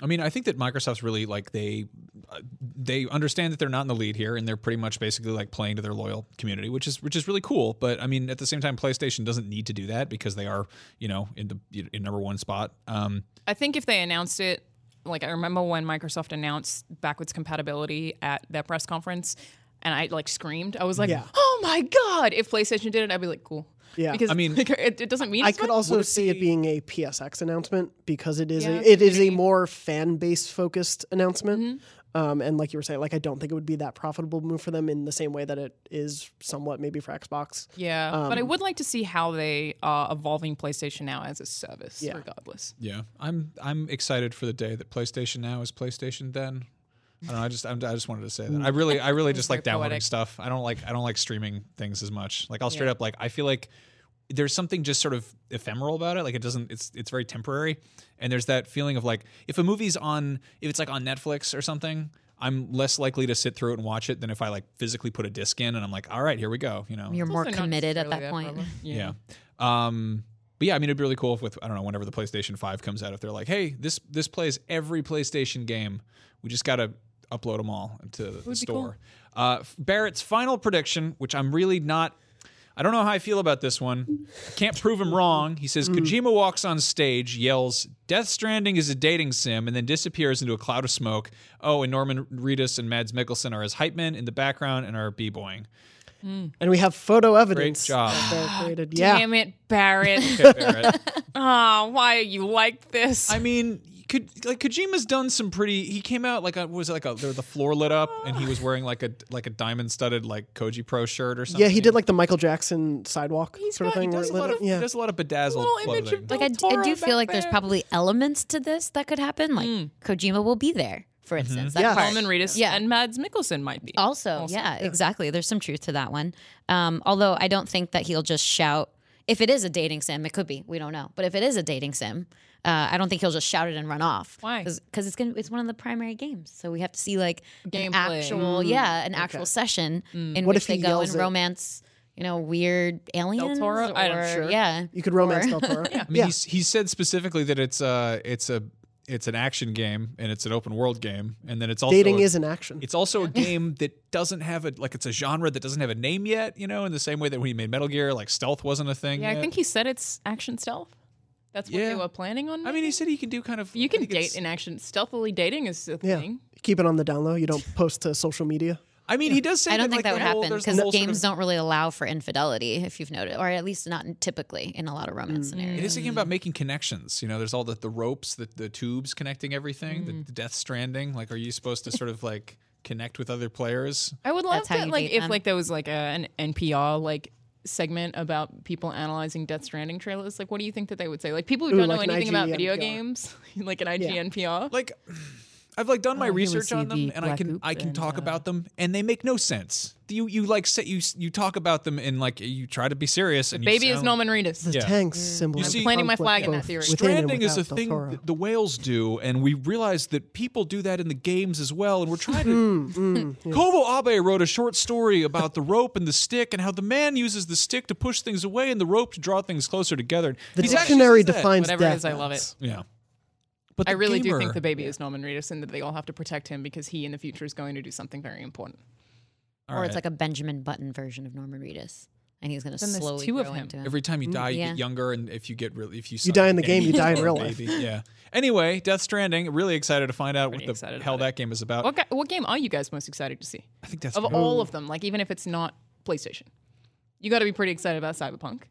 Speaker 4: I mean, I think that Microsoft's really like they uh, they understand that they're not in the lead here, and they're pretty much basically like playing to their loyal community, which is which is really cool. But I mean, at the same time, PlayStation doesn't need to do that because they are you know in the in number one spot. Um,
Speaker 7: I think if they announced it, like I remember when Microsoft announced backwards compatibility at their press conference, and I like screamed. I was like,
Speaker 6: Yeah.
Speaker 7: "Oh my god!" If PlayStation did it, I'd be like, "Cool."
Speaker 6: Yeah.
Speaker 7: because
Speaker 4: I
Speaker 7: I
Speaker 4: mean-
Speaker 7: mean, it, it doesn't mean
Speaker 6: I
Speaker 7: as
Speaker 6: could
Speaker 7: much.
Speaker 6: also see it being a PSX announcement because it is
Speaker 7: Yeah,
Speaker 6: a, it is a more fan base focused announcement.
Speaker 7: Mm-hmm.
Speaker 6: Um, and like you were saying, like I don't think it would be that profitable move for them in the same way that it is somewhat maybe for Xbox.
Speaker 7: Yeah, but I
Speaker 6: um,
Speaker 7: would like to see how they are evolving PlayStation now as a service, regardless.
Speaker 4: yeah, I'm I'm excited for the day that PlayStation Now is PlayStation Then. I don't know. I just I'm, I just wanted to say that. I really I really just
Speaker 7: very
Speaker 4: like downloading
Speaker 7: poetic.
Speaker 4: stuff. I don't like I don't like streaming things as much. Like I'll straight up like I feel like there's something just sort of ephemeral about it. Like it doesn't it's it's very temporary. And there's that feeling of like if a movie's on if it's like on Netflix or something, I'm less likely to sit through it and watch it than if I like physically put a disc in and I'm like, all right, here we go. You know.
Speaker 5: You're more
Speaker 7: Also not
Speaker 5: committed at
Speaker 7: necessarily
Speaker 5: that point.
Speaker 7: problem.
Speaker 4: Yeah. Um, but yeah, I mean, it'd be really cool if with I don't know whenever the PlayStation Five comes out, if they're like, hey, this this plays every PlayStation game. We just gotta upload them all to the store. Uh, f- Barrett's final prediction, which I'm really not. I don't know how I feel about this one. I can't prove him wrong. He says Kojima walks on stage, yells, "Death Stranding is a dating sim," and then disappears into a cloud of smoke. Oh, and Norman Reedus and Mads Mikkelsen are his hype men in the background and are b-boying.
Speaker 6: And we have photo evidence.
Speaker 4: job.
Speaker 6: that they created. yeah.
Speaker 7: Damn it, Barrett!
Speaker 4: Barrett.
Speaker 7: Ah, why are you like this?
Speaker 4: I mean, could like Kojima's done some pretty. He came out like a, what was it like a there the floor lit up and he was wearing like a like a diamond studded like Koji Pro shirt or something.
Speaker 6: Yeah, he did like the Michael Jackson sidewalk
Speaker 4: He
Speaker 6: sort of thing. where
Speaker 4: does, a
Speaker 6: it lit
Speaker 4: lot
Speaker 6: up.
Speaker 4: of,
Speaker 6: yeah.
Speaker 4: he does a lot of bedazzled
Speaker 7: Little image
Speaker 4: clothing.
Speaker 7: of Del
Speaker 5: Like I, d- I
Speaker 7: Toro
Speaker 5: do
Speaker 7: back Mm.
Speaker 5: feel like there's
Speaker 7: there.
Speaker 5: probably elements to this that could happen. Like Kojima will be there, for
Speaker 7: Mm-hmm.
Speaker 5: instance. That
Speaker 6: Yeah.
Speaker 5: part.
Speaker 7: Norman Reedus
Speaker 5: Yeah.
Speaker 7: and Mads Mikkelsen might
Speaker 4: Oh,
Speaker 7: be.
Speaker 5: Also, yeah, exactly. There's some truth to that one. Um, although I don't think that he'll just shout. If it is a dating sim, it could be. We don't know. But if it is a dating sim, uh, I don't think he'll just shout it and run off.
Speaker 7: Why?
Speaker 5: Because it's gonna. It's one of the primary games, so we have to see like an
Speaker 7: Gameplay. Mm-hmm. Mm.
Speaker 5: actual, yeah, an actual session in
Speaker 6: What
Speaker 5: which
Speaker 6: if
Speaker 5: they
Speaker 6: he
Speaker 5: go
Speaker 6: yells
Speaker 5: and
Speaker 6: it?
Speaker 5: romance. You know, weird aliens.
Speaker 7: Toro?
Speaker 5: Or,
Speaker 7: I don't- sure.
Speaker 5: Yeah.
Speaker 6: You could romance
Speaker 5: Or-
Speaker 6: Del Toro. yeah.
Speaker 4: I mean, he's, he said specifically that it's uh it's a it's an action game and it's an open world game and then it's also
Speaker 6: Dating
Speaker 4: a-
Speaker 6: is an action.
Speaker 4: It's also a game that doesn't have a like it's a genre that doesn't have a name yet. You know, in the same way that when he made Metal Gear, like stealth wasn't a thing.
Speaker 7: Yeah, I
Speaker 4: yet.
Speaker 7: think he said it's action stealth. That's what
Speaker 4: Yeah.
Speaker 7: they were planning on.
Speaker 4: I mean, he said he can do kind of.
Speaker 7: you
Speaker 4: I
Speaker 7: can
Speaker 4: think it's-
Speaker 7: date in action. Stealthily dating is a
Speaker 6: yeah.
Speaker 7: thing.
Speaker 6: Keep it on the down low. You don't post to social media.
Speaker 4: I mean, he does say.
Speaker 5: I don't
Speaker 4: like,
Speaker 5: think that
Speaker 4: the
Speaker 5: would
Speaker 4: whole-
Speaker 5: happen
Speaker 4: there's the
Speaker 5: because
Speaker 4: whole
Speaker 5: games
Speaker 4: sort of-
Speaker 5: don't really allow for infidelity, if you've noted, or at least not in- typically in a lot of romance
Speaker 6: Mm-hmm.
Speaker 5: scenarios.
Speaker 4: It is a game about
Speaker 7: Mm-hmm.
Speaker 4: making connections. You know, there's all the, the ropes, the, the tubes connecting everything, the,
Speaker 7: Mm-hmm.
Speaker 4: the death stranding. Like, are you supposed to sort of like connect with other players?
Speaker 7: I would love
Speaker 5: That's how
Speaker 7: that,
Speaker 5: you
Speaker 7: like,
Speaker 5: date
Speaker 7: if
Speaker 5: them.
Speaker 7: like there was like a, an NPR like segment about people analyzing Death Stranding trailers. Like, what do you think that they would say? Like, people who
Speaker 6: Ooh,
Speaker 7: don't
Speaker 6: like
Speaker 7: know
Speaker 6: an
Speaker 7: anything about
Speaker 6: IGN
Speaker 7: video
Speaker 6: PR.
Speaker 7: games, like an IGNPR.
Speaker 4: Like, I've like done my
Speaker 7: Oh, here we
Speaker 4: research
Speaker 7: see
Speaker 4: on them,
Speaker 7: the
Speaker 4: and I
Speaker 7: black
Speaker 4: can
Speaker 7: oop
Speaker 4: I can
Speaker 7: and,
Speaker 4: talk
Speaker 7: uh,
Speaker 4: about them, and they make no sense. You you like say you s- you talk about them, and like you try to be serious. And you
Speaker 7: Baby is
Speaker 4: sound-
Speaker 7: Norman Reedus.
Speaker 4: Yeah.
Speaker 6: Tanks symbol.
Speaker 4: see-
Speaker 7: planting my flag in that theory.
Speaker 4: Stranding is a thing that the whales do, and we realize that people do that in the games as well. And we're trying to.
Speaker 6: Hmm,
Speaker 4: Kobo Abe wrote a short story about the rope and the stick, and how the man uses the stick to push things away and the rope to draw things closer together.
Speaker 6: The
Speaker 4: He's actually
Speaker 6: dictionary
Speaker 4: said that.
Speaker 6: defines
Speaker 7: Whatever it
Speaker 6: death
Speaker 7: is, I love
Speaker 6: as.
Speaker 4: Yeah, but
Speaker 7: I
Speaker 4: the
Speaker 7: really do
Speaker 4: gamer-
Speaker 7: think the baby is Norman Reedus, and that they all have to protect him because he in the future is going to do something very important.
Speaker 4: All
Speaker 5: or
Speaker 4: right.
Speaker 5: it's like a Benjamin Button version of Norman Reedus, and he's going to
Speaker 7: Then there's
Speaker 5: slowly
Speaker 7: two of
Speaker 5: grow
Speaker 7: him.
Speaker 5: into him.
Speaker 4: Every time you die, you
Speaker 5: yeah.
Speaker 4: get younger, and if you get real, if you
Speaker 6: You die in the
Speaker 4: suck,
Speaker 6: game, you die in
Speaker 4: are a
Speaker 6: real life.
Speaker 4: baby. Yeah. Anyway, Death Stranding. Really excited to find out
Speaker 7: Pretty
Speaker 4: what the
Speaker 7: excited
Speaker 4: hell
Speaker 7: about
Speaker 4: that game is about.
Speaker 7: What, ga- what game are you guys most excited to see?
Speaker 4: I think that's
Speaker 7: Of all of them, like even if it's not PlayStation, you got to be pretty excited about Cyberpunk.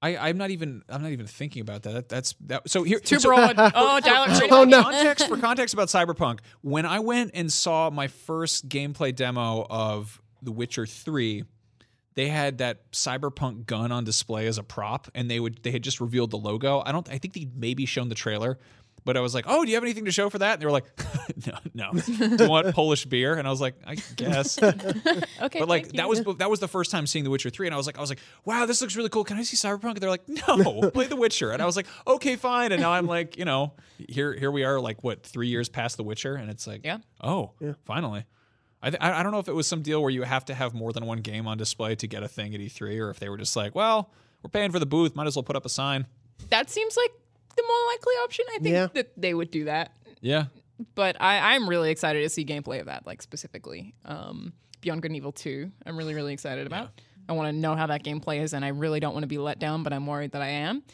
Speaker 4: I, I'm not even I'm not even thinking about that. that that's that. So here,
Speaker 7: Too
Speaker 4: so-
Speaker 7: broad. oh, Tyler.
Speaker 4: Oh,
Speaker 7: no.
Speaker 4: Context for context about Cyberpunk. When I went and saw my first gameplay demo of The Witcher Three, they had that cyberpunk gun on display as a prop, and they would they had just revealed the logo. I don't I think they'd maybe shown the trailer, but I was like, oh, do you have anything to show for that? And they were like, no, no. Do you want Polish beer? And I was like, I guess.
Speaker 7: Okay,
Speaker 4: But like
Speaker 7: thank you.
Speaker 4: that was that was the first time seeing The Witcher three, and I was like, I was like, wow, this looks really cool. Can I see Cyberpunk? And they're like, no, play The Witcher. And I was like, okay, fine. And now I'm like, you know, here here we are, like what three years past The Witcher, and it's like,
Speaker 7: Yeah.
Speaker 4: oh, finally. I, th- I I don't know if it was some deal where you have to have more than one game on display to get a thing at E3, or if they were just like, well, we're paying for the booth, might as well put up a sign.
Speaker 7: that seems like the more likely option. I think
Speaker 6: Yeah.
Speaker 7: that they would do that.
Speaker 4: Yeah.
Speaker 7: but I, I'm really excited to see gameplay of that, like specifically. Um, Beyond Good and Evil 2, I'm really, really excited about. I want to know how that game plays, and I really don't want to be let down, but I'm worried that I am.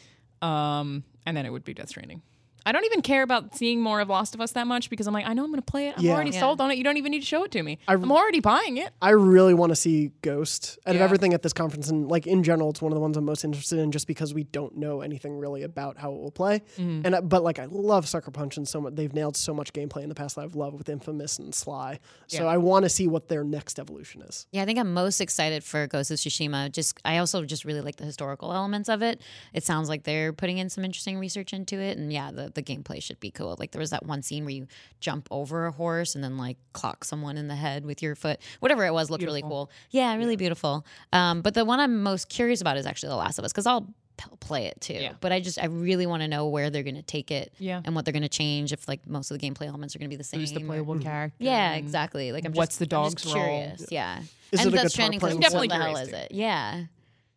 Speaker 7: Um, and then it would be Death Stranding. I don't even care about seeing more of Last of Us that much because I'm like, I know I'm going to play it. I'm
Speaker 6: Yeah.
Speaker 7: already sold on it. You don't even need to show it to me. I,
Speaker 6: I-
Speaker 7: am already buying it.
Speaker 6: I really want to see Ghost out
Speaker 7: Yeah.
Speaker 6: of everything at this conference, and like in general, it's one of the ones I'm most interested in, just because we don't know anything really about how it will play. And I, but like I love Sucker Punch and so much, they've nailed so much gameplay in the past that I've loved with Infamous and Sly. So
Speaker 7: Yeah.
Speaker 6: I want to see what their next evolution is.
Speaker 5: Yeah, I think I'm most excited for Ghost of Tsushima. Just I also just really like the historical elements of it. It sounds like they're putting in some interesting research into it, and yeah, the, the gameplay should be cool. Like there was that one scene where you jump over a horse and then like clock someone in the head with your foot. Whatever it was looked really cool. Yeah, really beautiful. Um, but the one I'm most curious about is actually The Last of Us because I'll p- play it too. But I just I really want to know where they're going to take it
Speaker 7: Yeah.
Speaker 5: and what they're going to change. If like most of the gameplay elements are going to be the same.
Speaker 7: Who's the
Speaker 5: or-
Speaker 7: playable character?
Speaker 5: yeah,
Speaker 7: and-
Speaker 5: exactly. Like I'm
Speaker 7: Um, What's
Speaker 5: just,
Speaker 7: the
Speaker 5: I'm just
Speaker 7: dog's role?
Speaker 5: curious. Yeah. and
Speaker 6: Is it a guitar
Speaker 5: that's Stranding
Speaker 6: playing
Speaker 5: because
Speaker 7: role?
Speaker 5: what the hell
Speaker 7: Definitely
Speaker 5: is it? Yeah.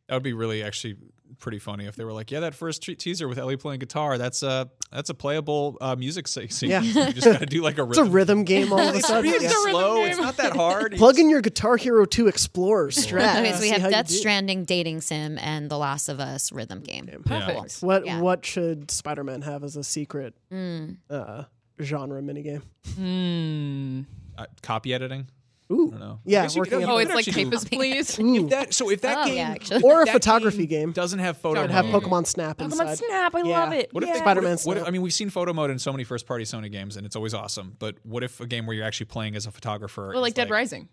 Speaker 4: That would be really actually pretty funny if they were like, yeah, that first tre- teaser with Ellie playing guitar, that's a that's a playable uh, music se- scene.
Speaker 6: Yeah.
Speaker 4: you just gotta do like a
Speaker 6: It's a
Speaker 4: rhythm.
Speaker 6: rhythm game all of a sudden.
Speaker 4: really
Speaker 6: Yeah.
Speaker 4: slow. It's not that hard. You
Speaker 6: Plug in your Guitar Hero 2 Explorer strat.
Speaker 5: Okay, so we
Speaker 6: See how
Speaker 5: have
Speaker 6: you
Speaker 5: Death
Speaker 6: do.
Speaker 5: Stranding, Dating Sim, and The Last of Us rhythm game.
Speaker 7: Perfect.
Speaker 6: What
Speaker 5: Yeah.
Speaker 6: what should Spider Man have as a secret uh, genre minigame?
Speaker 7: Mm.
Speaker 4: uh, copy editing.
Speaker 6: Ooh,
Speaker 4: know.
Speaker 6: yeah,
Speaker 4: Guess you could
Speaker 6: working
Speaker 4: have-
Speaker 6: on
Speaker 7: Oh,
Speaker 4: could
Speaker 7: it's like
Speaker 4: actually do-
Speaker 7: Papers, Please.
Speaker 6: Ooh.
Speaker 4: If that so if that
Speaker 5: Oh,
Speaker 4: game
Speaker 5: yeah, actually.
Speaker 6: or a
Speaker 4: that
Speaker 6: photography game.
Speaker 4: doesn't have photo
Speaker 6: Have
Speaker 4: mode.
Speaker 6: Pokemon Snap
Speaker 7: Pokemon
Speaker 6: inside.
Speaker 7: Snap, I
Speaker 6: Yeah.
Speaker 7: love it.
Speaker 4: What if
Speaker 7: yeah.
Speaker 4: they,
Speaker 6: Spider-Man
Speaker 4: what if- what if-
Speaker 6: style.
Speaker 4: I mean, we've seen photo mode in so many first-party Sony games, and it's always awesome. But what if a game where you're actually playing as a photographer?
Speaker 7: Well,
Speaker 4: is
Speaker 7: like Dead Rising.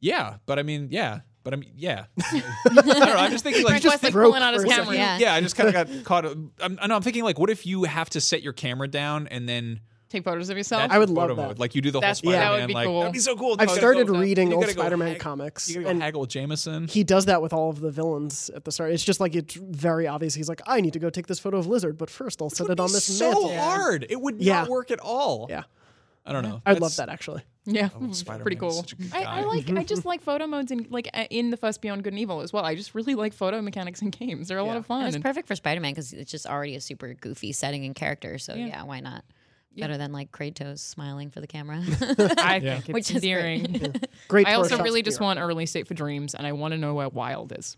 Speaker 4: Yeah, but I mean, yeah, but I mean, yeah. I don't know. I'm just thinking like,
Speaker 7: Frank West, like
Speaker 6: throw it
Speaker 7: pulling out his
Speaker 6: for a
Speaker 7: camera.
Speaker 5: second.
Speaker 4: yeah. I just kind of got caught. I'm, I know, I'm thinking like, what if you have to set your camera down and then
Speaker 7: Take photos of yourself.
Speaker 4: that's
Speaker 6: I would
Speaker 4: photo
Speaker 6: love that.
Speaker 4: Mode. Like you do the
Speaker 7: That's-
Speaker 4: whole
Speaker 6: yeah.
Speaker 4: Spider-Man.
Speaker 6: that
Speaker 7: would be
Speaker 4: like,
Speaker 7: cool.
Speaker 4: That'd be so cool. if
Speaker 6: I've
Speaker 4: you gotta
Speaker 6: started
Speaker 4: go-
Speaker 6: reading
Speaker 4: you
Speaker 6: old
Speaker 4: gotta go
Speaker 6: Spider-Man
Speaker 4: hag-
Speaker 6: comics,
Speaker 4: You gotta go
Speaker 6: and
Speaker 4: haggle Jameson.
Speaker 6: he does that with all of the villains at the start. It's just like it's very obvious. He's like, I need to go take this photo of Lizard, but first I'll set it
Speaker 4: It'd
Speaker 6: on
Speaker 4: be
Speaker 6: this
Speaker 4: so
Speaker 6: mantle.
Speaker 4: hard. It would
Speaker 6: Yeah.
Speaker 4: not work at all.
Speaker 6: Yeah.
Speaker 4: I don't know.
Speaker 6: I'd love that actually.
Speaker 7: Yeah,
Speaker 4: Spider-Man
Speaker 7: pretty
Speaker 4: is
Speaker 7: cool.
Speaker 4: such a good
Speaker 7: I, I
Speaker 4: guy.
Speaker 7: like. I just like photo modes and like uh, in the first Beyond Good and Evil as well. I just really like photo mechanics in games. They're a lot of fun.
Speaker 5: And it's
Speaker 7: And-
Speaker 5: perfect for Spider Man because it's just already a super goofy setting and character. So yeah, why not? Better than like Kratos smiling for the camera.
Speaker 7: I think
Speaker 5: Which is
Speaker 7: it's
Speaker 5: great.
Speaker 7: endearing.
Speaker 6: Great.
Speaker 7: I
Speaker 6: for a
Speaker 7: also
Speaker 6: shot
Speaker 7: really just
Speaker 6: spear.
Speaker 7: want a release date for Dreams, and I want to know where Wild is.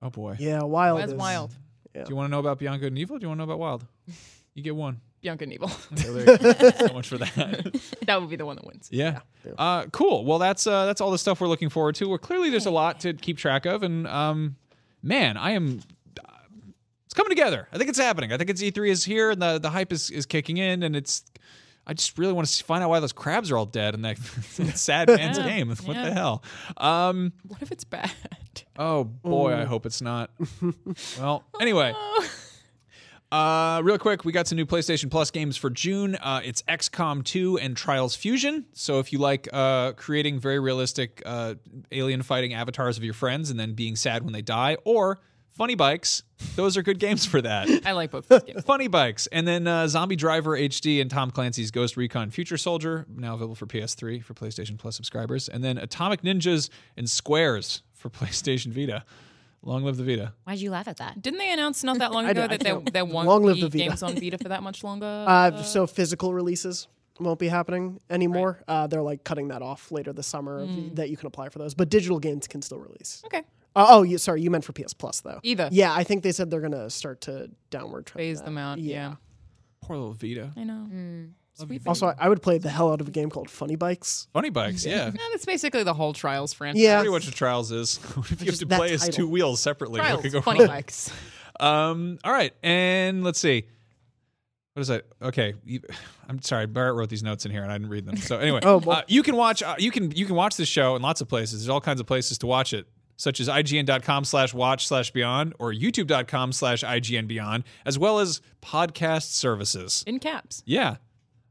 Speaker 4: Oh boy.
Speaker 6: Yeah, wild.
Speaker 7: Where's
Speaker 6: is-
Speaker 7: Wild?
Speaker 4: Do you want to know about Beyond Good and Evil? Or do you want to know about Wild? You get one.
Speaker 7: Beyond Good and Evil.
Speaker 4: So, there you go. so much for that.
Speaker 7: that would be the one that wins.
Speaker 4: Yeah. Uh, cool. Well, that's uh, that's all the stuff we're looking forward to. Well, clearly there's a lot to keep track of, and um, man, I am. uh, It's coming together. I think it's happening. I think it's E3 is here, and the the hype is is kicking in, and it's. I just really want to find out why those crabs are all dead in that sad man's
Speaker 7: Yeah.
Speaker 4: game. What
Speaker 7: Yeah.
Speaker 4: the hell? Um,
Speaker 7: What if it's bad?
Speaker 4: oh boy, I hope it's not. well, anyway. Uh, real quick, we got some new PlayStation Plus games for June. Uh, it's XCOM 2 and Trials Fusion. So if you like uh, creating very realistic uh, alien fighting avatars of your friends and then being sad when they die, or funny bikes, those are good games for that.
Speaker 7: I like both those games.
Speaker 4: Funny Bikes, and then uh, Zombie Driver HD and Tom Clancy's Ghost Recon Future Soldier, now available for PS3 for PlayStation Plus subscribers, and then Atomic Ninjas and Squares for PlayStation Vita. Long live the Vita.
Speaker 5: Why'd you laugh at that?
Speaker 7: Didn't they announce not that long ago
Speaker 6: don't- I
Speaker 7: that there,
Speaker 6: don't-
Speaker 7: there won't
Speaker 6: Long live
Speaker 7: be
Speaker 6: the Vita.
Speaker 7: games on Vita for that much longer?
Speaker 6: Uh, so physical releases won't be happening anymore. Uh, they're like cutting that off later this summer of-
Speaker 7: Hmm.
Speaker 6: that you can apply for those, but digital games can still release.
Speaker 7: okay.
Speaker 6: Uh, oh, you, sorry, you meant for PS Plus though.
Speaker 7: Either.
Speaker 6: Yeah, I think they said they're gonna start to downward trend.
Speaker 7: Phase
Speaker 6: that.
Speaker 7: them out. Yeah.
Speaker 4: Poor little Vita.
Speaker 7: I know.
Speaker 5: Mm.
Speaker 7: Sweet thing.
Speaker 6: Also, I, I would play the hell out of a game called Funny Bikes.
Speaker 4: Funny Bikes, yeah.
Speaker 7: Yeah, that's basically the whole Trials franchise.
Speaker 6: Yeah.
Speaker 4: pretty much what trials is. What if you have
Speaker 6: Just
Speaker 4: to
Speaker 6: that
Speaker 4: play as
Speaker 6: title.
Speaker 4: two wheels separately?
Speaker 7: Trials,
Speaker 4: looking over-
Speaker 7: funny bikes.
Speaker 4: Um, all right, and let's see. What is that? Okay, you- I'm sorry. Barrett wrote these notes in here, and I didn't read them. So anyway,
Speaker 6: Oh, boy.
Speaker 4: uh, you can watch uh, you can you can watch this show in lots of places. There's all kinds of places to watch it, such as ign.com/watch/beyond or youtube.com/ignbeyond, as well as podcast services.
Speaker 7: In caps.
Speaker 4: Yeah.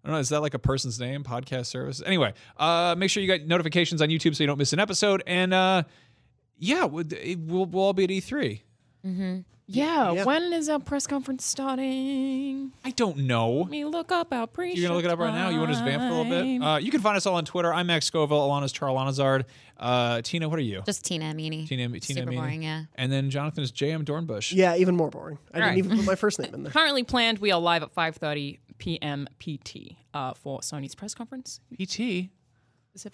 Speaker 4: I don't know. Is that like a person's name? Podcast service? Anyway, uh, make sure you got notifications on YouTube so you don't miss an episode. And uh, yeah, we'll, it- we'll, we'll all be at E3.
Speaker 7: Yeah. When is our press conference starting?
Speaker 4: I don't know.
Speaker 7: Let me look up our pre.
Speaker 4: You're gonna look it up right now. You want to just vamp for a little bit? Uh, you can find us all on Twitter. I'm Max Scoville. Alana's Charl Anazard. Uh, Tina, what are you?
Speaker 5: Just Tina Amini.
Speaker 4: Tina, Tina,
Speaker 5: Super
Speaker 4: Amini.
Speaker 5: boring, yeah.
Speaker 4: And then Jonathan is J.M. Dornbush.
Speaker 6: Yeah, even more boring. I
Speaker 7: All right.
Speaker 6: didn't even put my first name in there.
Speaker 7: Currently planned, we are live at 5:30 p.m. PT uh, for Sony's press conference.
Speaker 4: PT.
Speaker 7: Pacific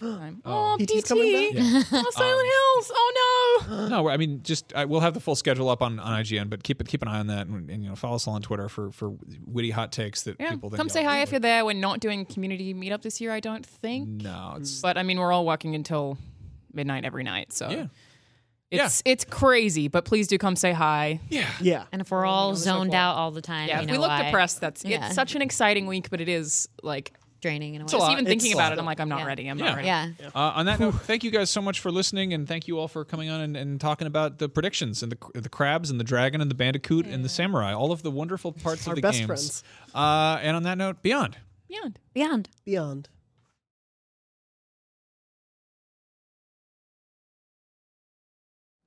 Speaker 7: time. Oh,
Speaker 6: PT 's
Speaker 7: PT.
Speaker 6: coming back?
Speaker 7: Oh, Silent
Speaker 4: Um,
Speaker 7: Hills. Oh no.
Speaker 4: No, I mean, just I, we'll have the full schedule up on, on IGN, but keep it keep an eye on that, and, and you know, follow us all on Twitter for for witty hot takes that
Speaker 7: Yeah.
Speaker 4: people then
Speaker 7: Come
Speaker 4: go,
Speaker 7: say hi if
Speaker 4: "Really?"
Speaker 7: you're there. We're not doing community meetup this year, I don't think.
Speaker 4: No, it's
Speaker 7: But I mean, we're all working until midnight every night, so
Speaker 4: Yeah.
Speaker 7: it's it's crazy. But please do come say hi.
Speaker 4: yeah.
Speaker 6: Yeah.
Speaker 5: And if we're all zoned out all the time,
Speaker 7: Yeah,
Speaker 5: you
Speaker 7: if
Speaker 5: know
Speaker 7: we look
Speaker 5: why?
Speaker 7: depressed, that's
Speaker 5: Yeah.
Speaker 7: it's such an exciting week, but it is like
Speaker 5: draining in a way.
Speaker 7: just even thinking
Speaker 6: It's a
Speaker 7: about
Speaker 6: lot.
Speaker 7: it, I'm like, I'm not
Speaker 5: Yeah.
Speaker 7: ready. I'm
Speaker 4: Yeah.
Speaker 7: not ready.
Speaker 5: yeah.
Speaker 4: Uh, on that note, thank you guys so much for listening, and thank you all for coming on and, and talking about the predictions and the the crabs and the dragon and the bandicoot and the samurai, all of the wonderful parts
Speaker 6: Our
Speaker 4: of the
Speaker 6: best
Speaker 4: games.
Speaker 6: friends.
Speaker 4: Uh, and on that note, beyond.
Speaker 7: Beyond.
Speaker 5: Beyond.
Speaker 6: Beyond.